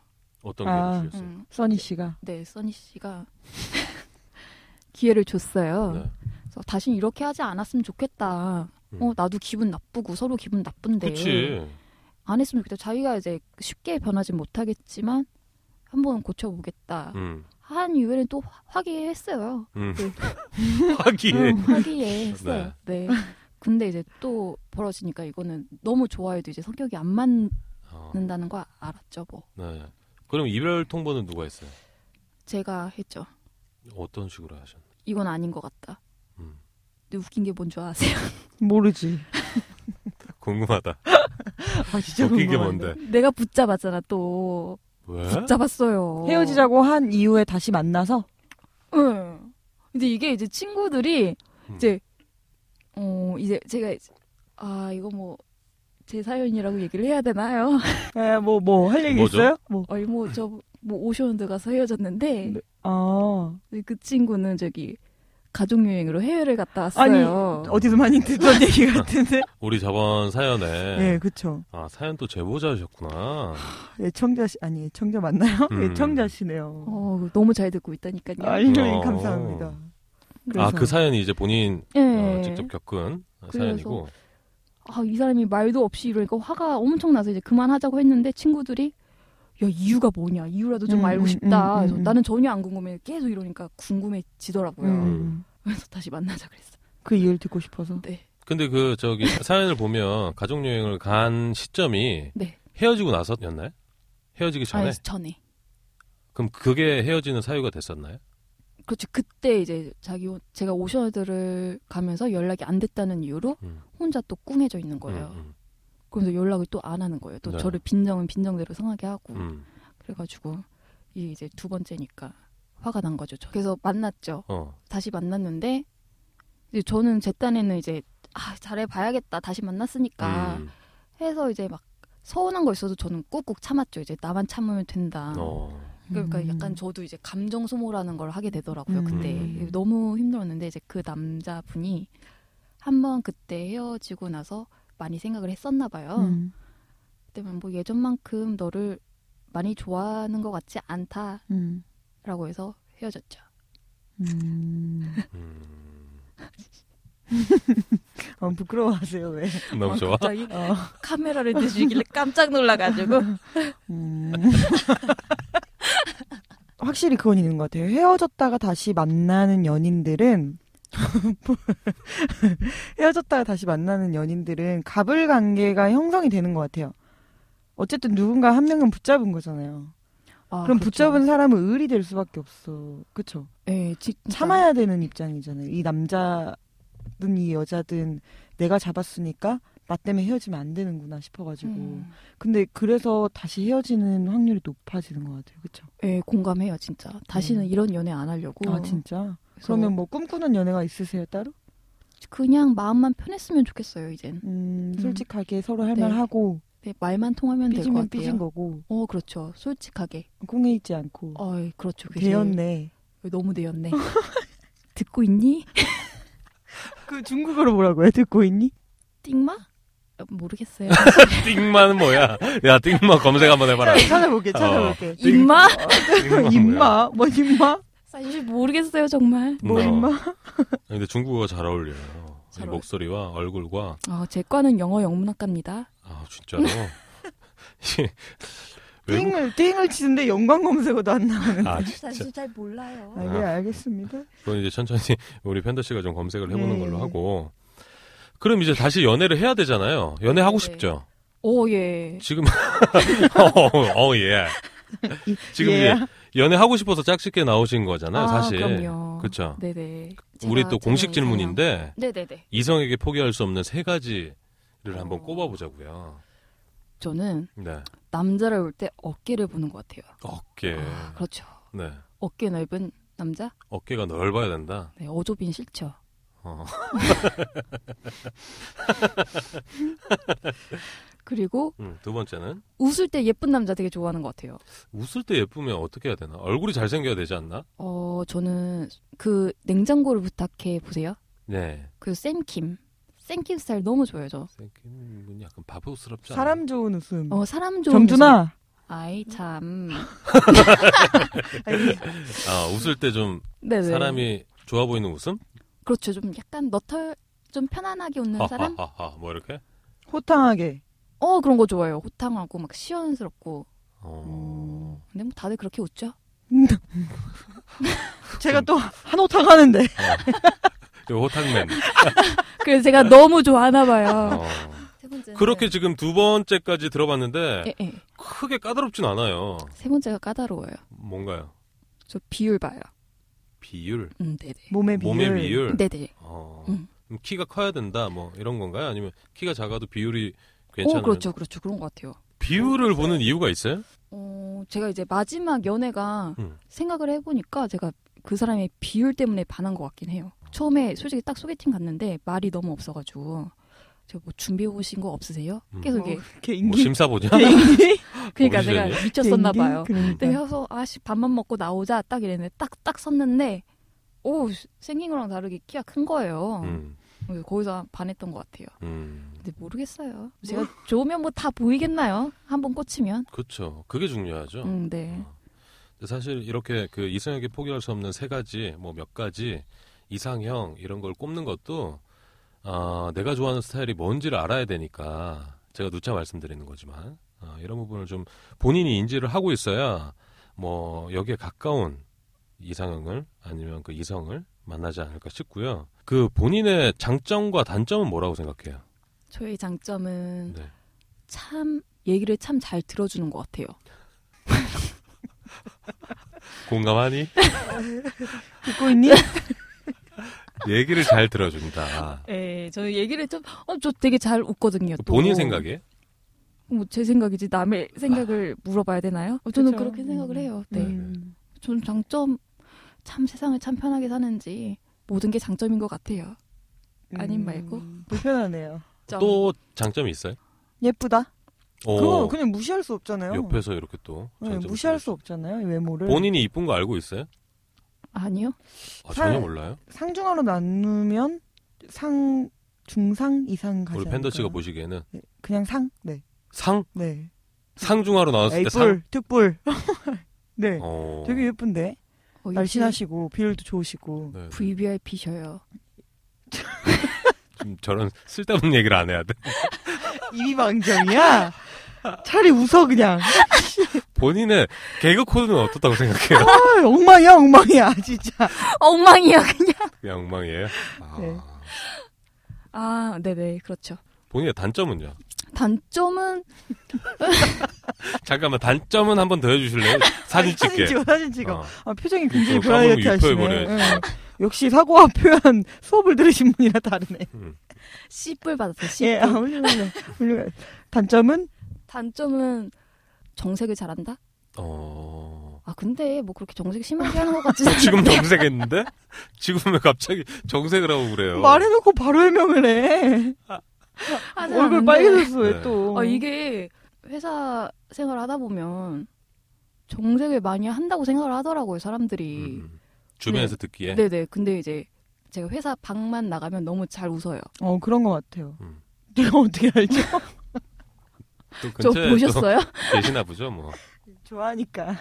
Speaker 1: 어떤
Speaker 3: 아,
Speaker 1: 기회를 주셨어요?
Speaker 2: 음.
Speaker 3: 써니 씨가
Speaker 2: 네, 써니 씨가 (laughs) 기회를 줬어요.
Speaker 1: 네.
Speaker 2: 그래서 다시 이렇게 하지 않았으면 좋겠다.
Speaker 1: 음.
Speaker 2: 어, 네. 나도 기분 나쁘고 서로 기분 나쁜데.
Speaker 1: 그치.
Speaker 2: 안 했으면 좋겠다. 자기가 이제 쉽게 변하진 못하겠지만 한번 고쳐보겠다.
Speaker 1: 음.
Speaker 2: 한 이후에는 또 화- 화기애애했어요.
Speaker 1: 음. (laughs)
Speaker 2: 네. 음.
Speaker 1: 하기에.
Speaker 2: 화기애애했어요. 네. 근데 이제 또 벌어지니까 이거는 너무 좋아해도 이제 성격이 안 맞는다는
Speaker 1: 어,
Speaker 2: 거 알았죠. 뭐
Speaker 1: 네. 그럼 이별 통보는 누가 했어요?
Speaker 2: 제가 했죠.
Speaker 1: 어떤 식으로 하셨나?
Speaker 2: 이건 아닌 것 같다.
Speaker 1: 음.
Speaker 2: 근데 웃긴 게 뭔 줄 아세요?
Speaker 3: 모르지.
Speaker 1: (laughs) 궁금하다.
Speaker 3: (laughs) 아 진짜
Speaker 1: 웃긴 게
Speaker 3: 궁금하네.
Speaker 1: 뭔데?
Speaker 2: (laughs) 내가 붙잡았잖아 또
Speaker 1: 왜?
Speaker 2: 붙잡았어요.
Speaker 3: 헤어지자고 한 이후에 다시 만나서
Speaker 2: 응. 근데 이게 이제 친구들이
Speaker 1: 음.
Speaker 2: 이제 어 이제 제가 이제 아 이거 뭐 제 사연이라고 얘기를 해야 되나요? (laughs)
Speaker 3: 뭐 뭐 할 얘기
Speaker 1: 뭐죠?
Speaker 3: 있어요? 뭐.
Speaker 2: 얼마 저뭐 오션드 가서 헤어졌는데
Speaker 3: 아
Speaker 2: 그 친구는 저기 가족 여행으로 해외를 갔다 왔어요.
Speaker 3: 어디서 많이 (laughs) 듣던 얘기 같은데.
Speaker 1: 우리 저번
Speaker 3: 예,
Speaker 1: 사연에
Speaker 2: 네.
Speaker 3: 그쵸.
Speaker 1: 아 사연 또 제보자셨구나. 아,
Speaker 3: 애청자 씨 아니 애청자 맞나요?
Speaker 1: 음.
Speaker 3: 애청자 씨네요.
Speaker 2: 어 너무 잘 듣고 있다니까요.
Speaker 3: 아유
Speaker 1: 어.
Speaker 3: 감사합니다.
Speaker 1: 아
Speaker 3: 그래서.
Speaker 1: 그 사연이 이제 본인
Speaker 2: 예.
Speaker 1: 어, 직접 겪은 사연이고.
Speaker 2: 아, 이 사람이 말도 없이 이러니까 화가 엄청 나서 이제 그만하자고 했는데 친구들이 야, 이유가 뭐냐? 이유라도 좀
Speaker 3: 음,
Speaker 2: 알고
Speaker 3: 음,
Speaker 2: 싶다.
Speaker 3: 음, 음,
Speaker 2: 그래서
Speaker 3: 음.
Speaker 2: 나는 전혀 안 궁금해. 계속 이러니까 궁금해지더라고요.
Speaker 3: 음.
Speaker 2: 그래서 다시 만나자 그랬어.
Speaker 3: 그 이유를 듣고 싶어서.
Speaker 2: 네.
Speaker 1: 근데 그 저기 사연을 보면 가족 여행을 간 시점이
Speaker 2: 네.
Speaker 1: 헤어지고 나서였나요? 헤어지기 전에?
Speaker 2: 아, 전에.
Speaker 1: 그럼 그게 헤어지는 사유가 됐었나요?
Speaker 2: 그렇지. 그때 이제 자기 혼- 제가 오션월드를 가면서 연락이 안 됐다는 이유로
Speaker 1: 음,
Speaker 2: 혼자 또 꿍해져 있는 거예요.
Speaker 1: 음,
Speaker 2: 그래서 연락을 또 안 하는 거예요. 또
Speaker 1: 네.
Speaker 2: 저를 빈정은 빈정대로 상하게 하고.
Speaker 1: 음, 음.
Speaker 2: 그래가지고 이게 이제 두 번째니까 화가 난 거죠. 저. 그래서 만났죠.
Speaker 1: 어.
Speaker 2: 다시 만났는데 이제 저는 제 딴에는 이제 아 잘해 봐야겠다 다시 만났으니까
Speaker 1: 음,
Speaker 2: 해서 이제 막 서운한 거 있어도 저는 꾹꾹 참았죠 이제 나만 참으면 된다
Speaker 1: 어.
Speaker 2: 그러니까
Speaker 3: 음.
Speaker 2: 약간 저도 이제 감정 소모라는 걸 하게 되더라고요
Speaker 3: 음.
Speaker 2: 그때
Speaker 3: 음.
Speaker 2: 너무 힘들었는데 이제 그 남자분이 한번 그때 헤어지고 나서 많이 생각을 했었나 봐요
Speaker 3: 음.
Speaker 2: 그때만 뭐 예전만큼 너를 많이 좋아하는 것 같지 않다라고
Speaker 3: 음.
Speaker 2: 해서 헤어졌죠
Speaker 3: (laughs) 음.
Speaker 1: 음.
Speaker 3: 어, 부끄러워하세요 왜?
Speaker 1: 너무
Speaker 2: 아,
Speaker 1: 좋아.
Speaker 2: 갑자기
Speaker 3: 어.
Speaker 2: 카메라를 드시길래 깜짝 놀라가지고
Speaker 3: 음. (laughs) 확실히 그건 있는 것 같아요. 헤어졌다가 다시 만나는 연인들은 (laughs) 헤어졌다가 다시 만나는 연인들은 갑을 관계가 형성이 되는 것 같아요. 어쨌든 누군가 한 명은 붙잡은 거잖아요.
Speaker 2: (laughs) 아, 그렇죠.
Speaker 3: 그럼 붙잡은 사람은 을이 될 수밖에 없어. 그쵸?
Speaker 2: 예, 지- 진짜.
Speaker 3: 참아야 되는 입장이잖아요. 이 남자든 이 여자든 내가 잡았으니까 나 때문에 헤어지면 안 되는구나 싶어가지고.
Speaker 2: 음.
Speaker 3: 근데 그래서 다시 헤어지는 확률이 높아지는 것 같아요. 그쵸?
Speaker 2: 예, 공감해요, 진짜. 다시는
Speaker 3: 음.
Speaker 2: 이런 연애 안 하려고.
Speaker 3: 아, 진짜?
Speaker 2: 네. 그래서
Speaker 3: 그러면 뭐 꿈꾸는 연애가 있으세요, 따로?
Speaker 2: 그냥 마음만 편했으면 좋겠어요, 이젠.
Speaker 3: 음,
Speaker 2: 음.
Speaker 3: 솔직하게 서로 할
Speaker 2: 네.
Speaker 3: 말하고,
Speaker 2: 네, 말만 통하면 될 것
Speaker 3: 삐지면
Speaker 2: 같아요.
Speaker 3: 삐진 거고,
Speaker 2: 어, 그렇죠. 솔직하게.
Speaker 3: 꽁에 있지 않고.
Speaker 2: 어, 예, 그렇죠. 그게 제일-
Speaker 3: 되었네.
Speaker 2: 너무 되었네. (laughs) 듣고 있니?
Speaker 3: 그 중국어로 뭐라고 해? 듣고 있니?
Speaker 2: 띵마? 어, (laughs) 모르겠어요.
Speaker 1: 띵마는 뭐야? 야, 띵마 검색 한번 해봐라.
Speaker 3: (laughs)
Speaker 1: 어.
Speaker 3: 찾아볼게, 찾아볼게.
Speaker 2: 임마?
Speaker 1: 띵마는 뭐야?
Speaker 3: 임마? 뭐 임마?
Speaker 2: 사실 모르겠어요, 정말.
Speaker 3: 뭐
Speaker 1: 음, 어.
Speaker 3: 임마?
Speaker 1: 근데 중국어가 잘 어울려요.
Speaker 2: 잘
Speaker 1: 이
Speaker 2: 어울-
Speaker 1: 목소리와 얼굴과
Speaker 2: 어, 제 과는 영어 영문학과입니다.
Speaker 1: 아
Speaker 2: (laughs)
Speaker 1: 진짜로 이게 외국
Speaker 3: 띵을 띵을 치는데 연관 검색어도 안 나오는.
Speaker 1: 아 진짜
Speaker 2: 잘 몰라요.
Speaker 3: 아, 예, 알겠습니다.
Speaker 1: 그건 이제 천천히 (laughs) 우리 팬더 씨가 좀 검색을 해보는
Speaker 3: 네.
Speaker 1: 걸로 하고 그럼 이제 다시 연애를 해야 되잖아요. 연애 하고
Speaker 2: 네.
Speaker 1: 싶죠.
Speaker 2: 오, 예.
Speaker 1: 지금 (laughs) 어, 어예
Speaker 3: 이-
Speaker 1: 지금
Speaker 3: 예.
Speaker 1: 연애 하고 싶어서 짝짓게 나오신 거잖아요.
Speaker 2: 아,
Speaker 1: 사실
Speaker 2: 그럼요.
Speaker 1: 그렇죠.
Speaker 2: 네네.
Speaker 1: 우리
Speaker 2: 제가-
Speaker 1: 또
Speaker 2: 제가
Speaker 1: 공식
Speaker 2: 이상형-
Speaker 1: 질문인데
Speaker 2: 네네네.
Speaker 1: 이성에게 포기할 수 없는 세 가지를 한번
Speaker 2: 어.
Speaker 1: 꼽아보자고요.
Speaker 2: 저는
Speaker 1: 네
Speaker 2: 남자를 볼 때 어깨를 보는 것 같아요.
Speaker 1: 어깨
Speaker 2: 아, 그렇죠.
Speaker 1: 네
Speaker 2: 어깨 넓은 남자?
Speaker 1: 어깨가 넓어야 된다.
Speaker 2: 네, 어조빈 싫죠.
Speaker 1: 어.
Speaker 2: 그리고
Speaker 1: 음, 두 번째는
Speaker 2: 웃을 때 예쁜 남자 되게 좋아하는 것 같아요.
Speaker 1: 웃을 때 예쁘면 어떻게 해야 되나? 얼굴이 잘생겨야 되지 않나?
Speaker 2: 어, 저는 그 냉장고를 부탁해 보세요.
Speaker 1: 네.
Speaker 2: 그 쌤킴. 쌤킴 스타일 너무 좋아요, 저.
Speaker 1: 생긴 분이 약간 바보스럽지 않아?
Speaker 3: 사람 좋은 웃음.
Speaker 2: 어, 사람 좋은. 웃음.
Speaker 3: 점준아.
Speaker 2: 아이,
Speaker 1: (laughs)
Speaker 2: 참.
Speaker 1: 아, 웃을 때 좀
Speaker 2: 네네.
Speaker 1: 사람이 좋아 보이는 웃음?
Speaker 2: 그렇죠. 좀 약간 너털, 좀 편안하게 웃는 네, 사람?
Speaker 1: 하하하하. 뭐 이렇게?
Speaker 3: 호탕하게.
Speaker 2: 어, 그런 거 좋아요. 호탕하고 막 시원스럽고. 음.
Speaker 1: 어.
Speaker 2: 근데 뭐 다들 그렇게 웃죠?
Speaker 3: 제가 또 한호탕 하는데.
Speaker 1: 요 호탕맨.
Speaker 2: 그래서 제가 너무 좋아하나 봐요.
Speaker 1: 네. 어.
Speaker 2: 세 번째.
Speaker 1: 그렇게 지금 두 번째까지 들어봤는데
Speaker 2: 예, 예.
Speaker 1: 크게 까다롭진 않아요.
Speaker 2: 세 번째가 까다로워요.
Speaker 1: 뭔가요?
Speaker 2: 저 비율 봐요.
Speaker 1: 비율.
Speaker 2: 음, 네네.
Speaker 3: 몸의 비율.
Speaker 1: 몸의 비율.
Speaker 2: 네네.
Speaker 1: 어.
Speaker 2: 음.
Speaker 1: 그럼 키가 커야 된다. 뭐 이런 건가요? 아니면 키가 작아도 비율이 괜찮아요?
Speaker 2: 오, 그렇죠, 그렇죠. 그런 것 같아요.
Speaker 1: 비율을 보는 이유가 있어요? 뭐
Speaker 2: 어, 제가 이제 마지막 연애가
Speaker 1: 음.
Speaker 2: 생각을 해보니까 제가 그 사람의 비율 때문에 반한 것 같긴 해요. 처음에 솔직히 딱 소개팅 갔는데 말이 너무 없어가지고 저뭐 준비해 오신 거 없으세요?
Speaker 1: 음.
Speaker 2: 계속 이게
Speaker 1: 뭐
Speaker 3: 어, 개인기.
Speaker 1: 심사 보냐?
Speaker 2: 네. (laughs)
Speaker 3: 개인기.
Speaker 2: 그러니까
Speaker 1: 어디서
Speaker 2: 제가
Speaker 1: 했니?
Speaker 2: 미쳤었나
Speaker 3: 개인기?
Speaker 2: 봐요.
Speaker 1: 네.
Speaker 2: 네.
Speaker 3: 그러니까.
Speaker 2: 근데 서 아씨 밥만 먹고 나오자 딱 이랬는데 딱 딱 섰는데 오 생긴 거랑 다르게 키가 큰 거예요.
Speaker 1: 음.
Speaker 2: 그래서 거기서 반했던 것 같아요.
Speaker 1: 음.
Speaker 2: 근데 모르겠어요. 제가 좋으면 뭐 다 보이겠나요? 한번 꽂히면.
Speaker 1: 그렇죠. 그게 중요하죠.
Speaker 2: 음, 네.
Speaker 1: 근데 사실 이렇게 그 이성에게 포기할 수 없는 세 가지, 뭐 몇 가지 이상형 이런 걸 꼽는 것도 아, 내가 좋아하는 스타일이 뭔지를 알아야 되니까 제가 누차 말씀드리는 거지만 아, 이런 부분을 좀 본인이 인지를 하고 있어야 뭐 여기에 가까운 이상형을 아니면 그 이성을 만나지 않을까 싶고요. 그 본인의 장점과 단점은 뭐라고 생각해요?
Speaker 2: 저의 장점은
Speaker 1: 네.
Speaker 2: 참 얘기를 참 잘 들어주는 것 같아요.
Speaker 1: 공감하니?
Speaker 3: 듣고 있니?
Speaker 1: 얘기를 잘 들어준다.
Speaker 2: 예, 저는 얘기를 좀, 어, 저 되게 잘 웃거든요. (laughs) 또.
Speaker 1: 본인 생각에?
Speaker 2: 뭐, 제 생각이지 남의 생각을 물어봐야 되나요? 어, 저는
Speaker 3: 그쵸.
Speaker 2: 그렇게 생각을
Speaker 3: 음.
Speaker 2: 해요. 네.
Speaker 3: 음.
Speaker 2: 저는 장점, 참 세상을 참 편하게 사는지 모든 게 장점인 것 같아요. 아님 말고.
Speaker 3: 음, 불편하네요.
Speaker 2: 점.
Speaker 1: 또 장점이 있어요?
Speaker 3: 예쁘다.
Speaker 1: 어,
Speaker 3: 그거 그냥 무시할 수 없잖아요.
Speaker 1: 옆에서 이렇게 또
Speaker 3: 네,
Speaker 1: 장점을
Speaker 3: 무시할
Speaker 1: 보여주-
Speaker 3: 수 없잖아요. 이 외모를.
Speaker 1: 본인이 이쁜 거 알고 있어요?
Speaker 2: 아니요?
Speaker 1: 아,
Speaker 3: 살-
Speaker 1: 전혀 몰라요.
Speaker 3: 상중하로 나누면 상 중상 이상 가지
Speaker 1: 우리 팬더 씨가 뭐-
Speaker 3: 않을까요?
Speaker 1: 보시기에는
Speaker 3: 네, 그냥 상. 네.
Speaker 1: 상
Speaker 3: 네.
Speaker 1: 상중하로 나왔을 때 아, 상.
Speaker 3: 에이뿔,
Speaker 1: (laughs)
Speaker 3: 특뿔. (laughs) 네.
Speaker 1: 어.
Speaker 3: 되게 예쁜데.
Speaker 2: 어, 이제
Speaker 3: 날씬하시고 비율도 좋으시고.
Speaker 1: 네,
Speaker 2: VVIP셔요.
Speaker 1: 좀 저런 쓸데없는 얘기를 안 해야 돼.
Speaker 3: 입이 방정이야. 차라리 웃어 그냥.
Speaker 1: 본인의 개그 코드는 어떻다고 생각해요?
Speaker 3: (laughs) 아, 엉망이야, 엉망이야, 진짜.
Speaker 2: 엉망이야, 그냥.
Speaker 1: 그냥 엉망이에요. 아,
Speaker 3: 네.
Speaker 2: 아, 네네, 그렇죠.
Speaker 1: 본인의 단점은요?
Speaker 2: 단점은
Speaker 1: 잠깐만 단점은 한 번 더 해주실래요? 사진
Speaker 3: 사진
Speaker 1: 찍게.
Speaker 3: 찍어, 사진 찍어.
Speaker 1: 어.
Speaker 3: 아, 표정이 굉장히
Speaker 1: 저 까먹은
Speaker 3: 브라이어티 하시네.
Speaker 1: 유포해버려야지.
Speaker 3: 응. 역시 사고와 (laughs) 표현 수업을 들으신 분이라 다르네.
Speaker 2: 아, 씨뿔 받았어요. 씨뿔.
Speaker 3: 예, 아, 훌륭하네. 훌륭해. 단점은
Speaker 2: 단점은 정색을 잘한다.
Speaker 1: 어.
Speaker 2: 아 근데 뭐 그렇게 정색 심하게 하는 것
Speaker 3: (laughs)
Speaker 2: 같지?
Speaker 1: 지금 정색했는데 지금 왜 갑자기 정색을 하고 그래요?
Speaker 3: 말해놓고 바로 해명을 해. 아, 얼굴 빨개졌어, 왜
Speaker 1: 네.
Speaker 3: 또.
Speaker 2: 아 이게 회사 생활 하다 보면 정색을 많이 한다고 생각을 하더라고요 사람들이.
Speaker 1: 음. 주변에서 듣기에
Speaker 2: 네네. 근데 이제 제가 회사 밖만 나가면 너무 잘 웃어요.
Speaker 3: 어, 그런 것 같아요.
Speaker 1: 음.
Speaker 3: 내가 어떻게 알죠?
Speaker 2: (laughs)
Speaker 1: 또
Speaker 2: 저
Speaker 1: 근처에
Speaker 2: 보셨어요?
Speaker 1: 또 계시나 보죠 뭐.
Speaker 3: 좋아하니까.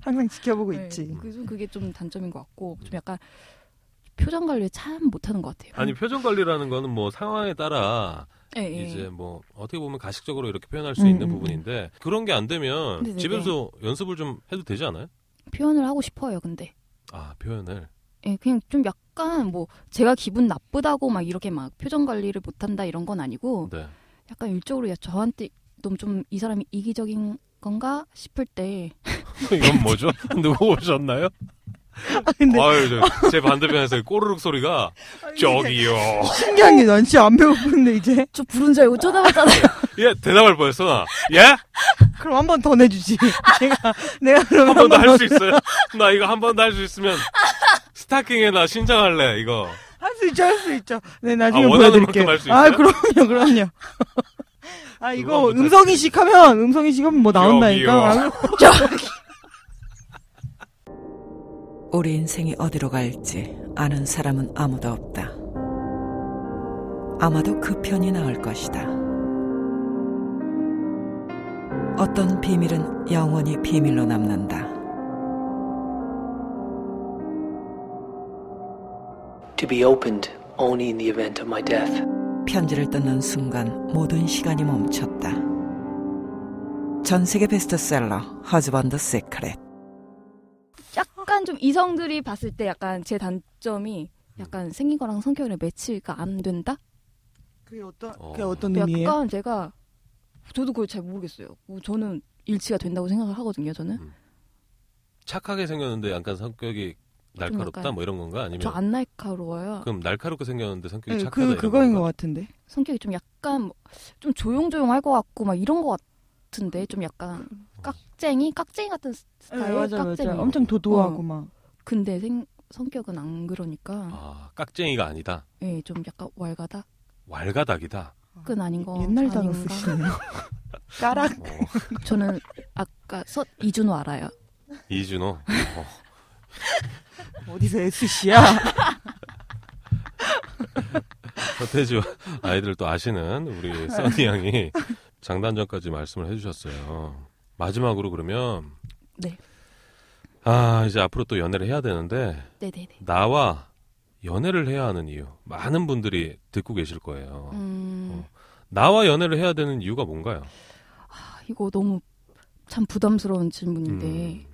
Speaker 3: 항상 지켜보고
Speaker 2: 네,
Speaker 3: 있지.
Speaker 2: 그- 좀 그게 좀 단점인 것 같고 좀 약간 표정 관리 참 못하는 것 같아요.
Speaker 1: 음. 아니 표정 관리라는 거는 뭐 상황에 따라
Speaker 2: 음. 예, 예.
Speaker 1: 이제 뭐 어떻게 보면 가식적으로 이렇게 표현할 수
Speaker 3: 음,
Speaker 1: 있는
Speaker 3: 음.
Speaker 1: 부분인데 그런 게 안 되면
Speaker 2: 네네네.
Speaker 1: 집에서 연습을 좀 해도 되지 않아요?
Speaker 2: 표현을 하고 싶어요. 근데
Speaker 1: 아 표현을
Speaker 2: 예, 그냥 좀 약간 뭐 제가 기분 나쁘다고 막 이렇게 막 표정 관리를 못한다 이런 건 아니고
Speaker 1: 네. (laughs)
Speaker 2: 약간 일적으로 야 저한테 좀 좀 이 사람이 이기적인 건가 싶을 때
Speaker 1: 이건 뭐죠? 누구 오셨나요?
Speaker 3: 아, 근데 네.
Speaker 1: 아유 저- 제 반대편에서 꼬르륵 소리가 어, 저기요.
Speaker 3: 신기한 게 난 진짜 안 배고픈데 이제.
Speaker 2: 저 부른 줄 알고
Speaker 3: (laughs)
Speaker 2: 쳐다봤잖아요.
Speaker 1: 예 대답할 뻔했어 나. 예?
Speaker 3: 그럼 한 번 더
Speaker 2: (laughs)
Speaker 3: 내주지. 내가, 내가 그러면
Speaker 1: 한 번 더 할
Speaker 3: 더
Speaker 1: 수 있어요? 나 이거 한 번 더 할 수 있으면 스타킹에 나 신장할래 이거.
Speaker 3: 할 수 있죠, 할 수 있죠. 네, 나중에
Speaker 1: 아, 원하는
Speaker 3: 보여드릴게요.
Speaker 1: 만큼 할수
Speaker 3: 아,
Speaker 1: 있어요?
Speaker 3: 그럼요, 그럼요. (laughs) 아,
Speaker 1: 그거
Speaker 3: 이거
Speaker 1: 한번
Speaker 3: 음성인식하면, 음성인식하면 뭐 나온다니까.
Speaker 1: 여기요.
Speaker 3: 아,
Speaker 5: 우리 인생이 어디로 갈지 아는 사람은 아무도 없다. 아마도 그 편이 나을 것이다. 어떤 비밀은 영원히 비밀로 남는다.
Speaker 6: to be opened only in the event of my death.
Speaker 5: 편지를 뜯는 순간 모든 시간이 멈췄다. 전 세계 베스트셀러 허즈번드 세크렛.
Speaker 2: 약간 좀 이성들이 봤을 때 약간 제 단점이 약간 생긴 거랑 성격이랑 매치가 안 된다?
Speaker 3: (laughs) 그게 어떤,
Speaker 1: 어.
Speaker 3: 그게 어떤 의미예요?
Speaker 2: 약간 제가 저도 그걸 잘 모르겠어요. 뭐 저는 일치가 된다고 생각을 하거든요. 저는
Speaker 1: 착하게 생겼는데 약간 성격이 날카롭다
Speaker 2: 약간-
Speaker 1: 뭐 이런 건가 아니면
Speaker 2: 저 안 날카로워요.
Speaker 1: 그럼 날카롭게 생겼는데 성격이
Speaker 3: 네,
Speaker 1: 착하다
Speaker 3: 그,
Speaker 1: 이런
Speaker 3: 그거인
Speaker 1: 건가?
Speaker 3: 것 같은데.
Speaker 2: 성격이 좀 약간 뭐- 좀 조용조용할 것 같고 막 이런 것 같은데 좀 약간
Speaker 1: 음.
Speaker 2: 깍쟁이 깍쟁이 같은 스- 스타일
Speaker 3: 네, 맞아,
Speaker 2: 깍쟁이.
Speaker 3: 맞아. 엄청 도도하고
Speaker 2: 어.
Speaker 3: 막.
Speaker 2: 근데 생, 성격은 안 그러니까
Speaker 1: 아 깍쟁이가 아니다.
Speaker 2: 예, 좀 약간 왈가다.
Speaker 1: 왈가닥이다.
Speaker 2: 끈 아닌 거
Speaker 3: 예, 옛날 단어
Speaker 2: 아닌가? (laughs)
Speaker 3: 쓰시네요. 까락.
Speaker 1: 어,
Speaker 2: 저는 아까 서 이준호 알아요.
Speaker 1: 이준호. 어.
Speaker 2: 네.
Speaker 3: 어디서
Speaker 2: 아,
Speaker 3: SC야?
Speaker 1: 서태지와 아이들 또 아시는 우리 써니 양이 장단점까지 말씀을 해주셨어요. 마지막으로 그러면
Speaker 2: 네.
Speaker 1: 아 이제 앞으로 또 연애를 해야 되는데
Speaker 2: 네, 네, 네.
Speaker 1: 나와 연애를 해야 하는 이유 많은 분들이 듣고 계실 거예요.
Speaker 2: 음.
Speaker 1: 어. 나와 연애를 해야 되는 이유가 뭔가요?
Speaker 2: 아, 이거 너무 참 부담스러운 질문인데
Speaker 1: 음.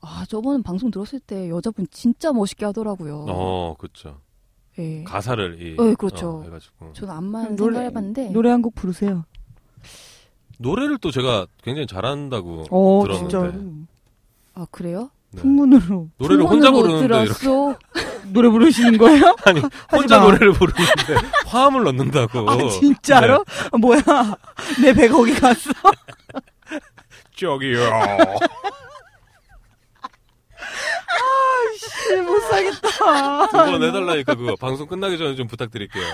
Speaker 2: 아 저번 방송 들었을 때 여자분 진짜 멋있게 하더라고요.
Speaker 1: 어 그렇죠.
Speaker 2: 예.
Speaker 1: 가사를 이
Speaker 2: 네, 그렇죠.
Speaker 1: 어, 해가지고
Speaker 2: 저는 안만
Speaker 3: 노래-
Speaker 2: 생각해봤는데
Speaker 3: 노래 한 곡 부르세요.
Speaker 1: 노래를 또 제가 굉장히 잘한다고
Speaker 3: 어,
Speaker 1: 들었는데.
Speaker 3: 진짜로.
Speaker 2: 아 그래요?
Speaker 1: 네.
Speaker 3: 풍문으로.
Speaker 1: 노래를 혼자
Speaker 2: 풍문으로
Speaker 1: 부르는데 이렇게
Speaker 2: 들었어.
Speaker 3: 노래 부르시는 거예요?
Speaker 1: (laughs) 아니
Speaker 3: 하지
Speaker 1: 혼자
Speaker 3: 마.
Speaker 1: 노래를 부르는데 (laughs) 화음을 넣는다고.
Speaker 3: 아, 진짜로?
Speaker 1: 네.
Speaker 3: 아, 뭐야. 내 배가 거기 갔어.
Speaker 1: 네.
Speaker 3: (laughs)
Speaker 1: 저기요.
Speaker 3: 씨, 못 살겠다.
Speaker 1: 두 번 해달라니까 그거 방송 끝나기 전에 좀 부탁드릴게요.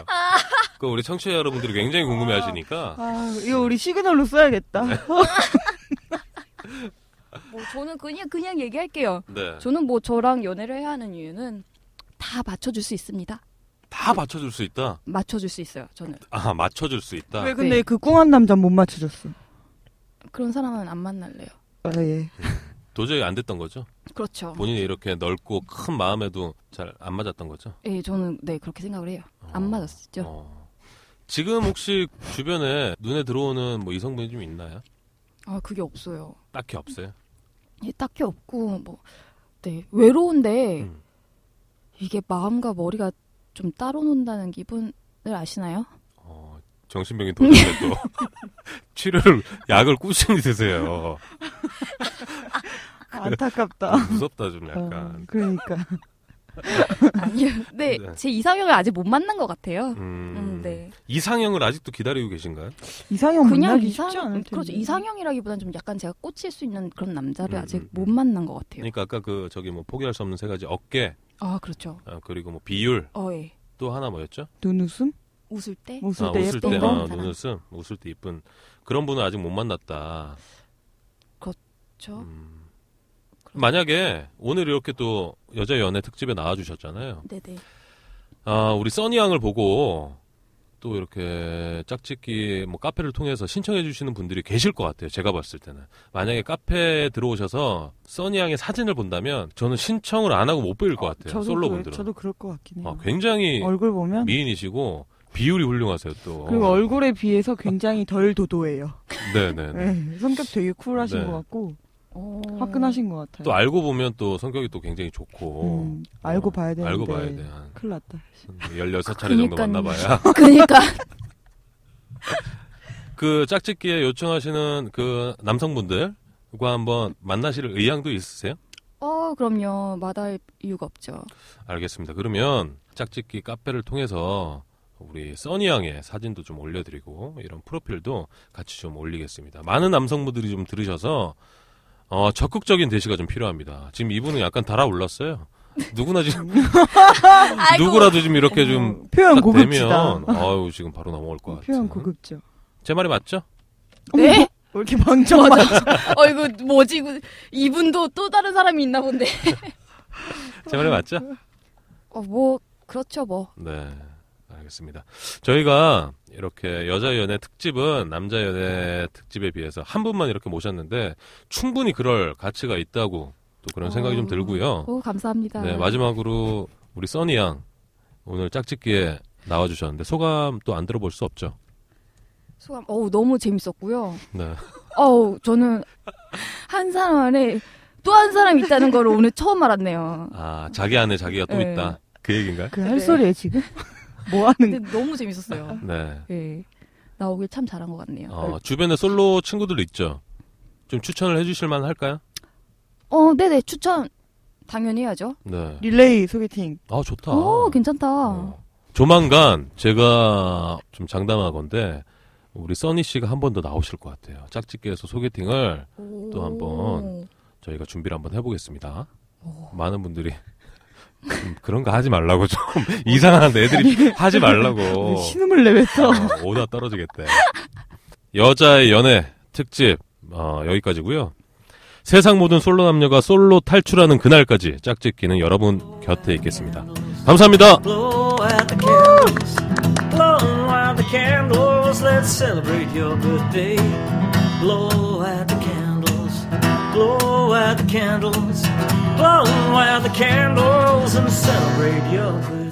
Speaker 1: 그 우리 청취자 여러분들이 굉장히 궁금해하시니까
Speaker 3: 아, 이거 우리 시그널로 써야겠다.
Speaker 2: (laughs)
Speaker 1: 네.
Speaker 3: 어,
Speaker 2: 뭐 저는 그냥 그냥 얘기할게요.
Speaker 1: 네.
Speaker 2: 저는 뭐 저랑 연애를 해야 하는 이유는 다 맞춰줄 수 있습니다.
Speaker 1: 다 맞춰줄 수 있다.
Speaker 2: 맞춰줄 수 있어요. 저는
Speaker 1: 아 맞춰줄 수 있다.
Speaker 3: 왜
Speaker 2: 네.
Speaker 3: 근데 그 꿍한 남자 못 맞춰줬어?
Speaker 2: 그런 사람은 안 만날래요.
Speaker 3: 아, 예.
Speaker 1: 도저히 안 됐던 거죠.
Speaker 2: 그렇죠.
Speaker 1: 본인이 이렇게 넓고 큰 마음에도 잘 안 맞았던 거죠.
Speaker 2: 예, 저는 네 그렇게 생각을 해요. 안 맞았죠.
Speaker 1: 어. 지금 혹시 주변에 눈에 들어오는 뭐 이성분이 좀 있나요?
Speaker 2: 아 그게 없어요.
Speaker 1: 딱히 없어요.
Speaker 2: 예, 딱히 없고 뭐 네, 외로운데
Speaker 1: 음.
Speaker 2: 이게 마음과 머리가 좀 따로 논다는 기분을 아시나요?
Speaker 3: (laughs)
Speaker 1: 어, 정신병이 도전에 또 치료를 약을 꾸준히 드세요.
Speaker 3: 안타깝다.
Speaker 1: 무섭다 좀
Speaker 3: 어,
Speaker 1: 그 약간.
Speaker 3: 그러니까.
Speaker 1: (laughs)
Speaker 2: 아니요. 네,
Speaker 1: 네.
Speaker 2: 제 이상형을 아직 못 만난 것 같아요.
Speaker 1: 음.
Speaker 2: 음, 네.
Speaker 1: 이상형을 아직도 기다리고 계신가요?
Speaker 3: 이상형
Speaker 2: 그냥
Speaker 3: 어, 만나기
Speaker 2: 이상,
Speaker 3: 쉽지 않을 텐데.
Speaker 2: 그렇죠. 이상형이라기보다는 좀 약간 제가 꽂힐 수 있는 그런 남자를
Speaker 1: 음,
Speaker 2: 아직
Speaker 1: 음,
Speaker 2: 못
Speaker 1: 음.
Speaker 2: 만난 것 같아요.
Speaker 1: 그러니까 아까 그 저기 뭐 포기할 수 없는 세 가지 어깨
Speaker 2: 아, 그렇죠.
Speaker 1: 어, 그리고 뭐 비율
Speaker 2: 어, 예.
Speaker 1: 또 하나 뭐였죠?
Speaker 3: 눈웃음?
Speaker 2: 웃을 때.
Speaker 3: 웃을
Speaker 1: 아,
Speaker 3: 때
Speaker 1: 웃을
Speaker 3: 예쁜
Speaker 1: 때
Speaker 3: 거?
Speaker 1: 어,
Speaker 2: 사람.
Speaker 1: 눈웃음 웃을 때 이쁜 그런 분은 아직 못 만났다.
Speaker 2: 그렇죠.
Speaker 1: 음. 만약에 오늘 이렇게 또 여자 연애 특집에 나와주셨잖아요.
Speaker 2: 네네.
Speaker 1: 아, 우리 써니 양을 보고 또 이렇게 짝짓기 뭐 카페를 통해서 신청해 주시는 분들이 계실 것 같아요. 제가 봤을 때는. 만약에 카페에 들어오셔서 써니 양의 사진을 본다면 저는 신청을 안 하고 못 보일 것 같아요.
Speaker 3: 저도
Speaker 1: 네. 솔로
Speaker 3: 그-
Speaker 1: 분들은.
Speaker 3: 저도 그럴 것 같긴 해요.
Speaker 1: 아, 굉장히
Speaker 3: 얼굴 보면
Speaker 1: 미인이시고 어. 비율이 훌륭하세요 또.
Speaker 3: 그리고 얼굴에 비해서 굉장히 덜 도도해요.
Speaker 1: 네네네.
Speaker 3: 네, 성격 되게 쿨하신
Speaker 1: 네.
Speaker 3: 것 같고
Speaker 2: 어...
Speaker 3: 화끈하신 것 같아요.
Speaker 1: 또 알고 보면 또 성격이 또 굉장히 좋고.
Speaker 3: 음, 알고
Speaker 1: 어,
Speaker 3: 봐야 되는데.
Speaker 1: 알고 봐야 돼. 한
Speaker 3: 큰일 났다.
Speaker 1: 16차례 정도
Speaker 2: 그러니까요.
Speaker 1: 만나봐야. (laughs)
Speaker 2: (laughs) 그러니까.
Speaker 1: 그 짝짓기에 요청하시는 그 남성분들과 한번 만나실 의향도 있으세요?
Speaker 2: 어, 그럼요. 마다할 이유가 없죠.
Speaker 1: 알겠습니다. 그러면 짝짓기 카페를 통해서 우리 써니 양의 사진도 좀 올려드리고 이런 프로필도 같이 좀 올리겠습니다. 많은 남성분들이 좀 들으셔서 어, 적극적인 대시가 좀 필요합니다. 지금 이분은 약간 달아올랐어요. 누구나 지금 (laughs) 누구라도 지금 이렇게 좀
Speaker 3: 어, 표현
Speaker 1: 딱
Speaker 3: 고급지다.
Speaker 1: 되면 아유 지금 바로 넘어올 것 같아요.
Speaker 3: 표현 고급져. 뭐,
Speaker 1: 제 말이 맞죠?
Speaker 2: 네?
Speaker 3: 왜
Speaker 2: (laughs)
Speaker 3: 이렇게 방정맞아?
Speaker 2: 어, 이거 뭐지? 이거 이분도 또 다른 사람이 있나 본데.
Speaker 1: 제 말이 맞죠?
Speaker 2: 어, 뭐, 그렇죠, 뭐.
Speaker 1: 네, 알겠습니다. 저희가 이렇게 여자 연애 특집은 남자 연애 특집에 비해서 한 분만 이렇게 모셨는데 충분히 그럴 가치가 있다고 또 그런 생각이 좀
Speaker 2: 어.
Speaker 1: 들고요.
Speaker 2: 오, 감사합니다.
Speaker 1: 네, 마지막으로 우리 써니 양 오늘 짝짓기에 나와주셨는데 소감 또 안 들어볼 수 없죠.
Speaker 2: 소감, 어우, 너무 재밌었고요.
Speaker 1: 네,
Speaker 2: 어우, 저는 한 사람 안에 또 한 사람 있다는 걸 오늘 처음 알았네요.
Speaker 1: 아 자기 안에 자기가 또
Speaker 2: 네.
Speaker 1: 있다 그 얘긴가요?
Speaker 3: 그
Speaker 2: 네.
Speaker 3: 할 소리에 지금 뭐 하는?
Speaker 2: 근데 너무 재밌었어요.
Speaker 1: 네,
Speaker 2: 예. 나오길 참 잘한 것 같네요. 어,
Speaker 1: 어, 주변에 솔로 친구들 있죠. 좀 추천을 해주실만 할까요?
Speaker 2: 어, 네네, 추천. 당연히 해야죠.
Speaker 1: 네,
Speaker 3: 릴레이 소개팅.
Speaker 1: 아 좋다.
Speaker 2: 오, 괜찮다.
Speaker 1: 어. 조만간 제가 좀 장담하건데 우리 써니 씨가 한 번 더 나오실 것 같아요. 짝짓기에서 소개팅을 또한 번. 저희가 준비를 한번 해보겠습니다. 많은 분들이 좀 그런 거 하지 말라고 좀 (laughs) 이상한 애들이 하지 말라고
Speaker 3: 신음을 내뱉어.
Speaker 1: 어, 오다 떨어지겠대. 여자의 연애 특집 어, 여기까지고요. 세상 모든 솔로 남녀가 솔로 탈출하는 그날까지 짝짓기는 여러분 곁에 있겠습니다. 감사합니다.
Speaker 7: Blow out the candles, blow out the candles, let's celebrate your good day. Blow out the candles, blow out the candles, blow out the candles, and celebrate your good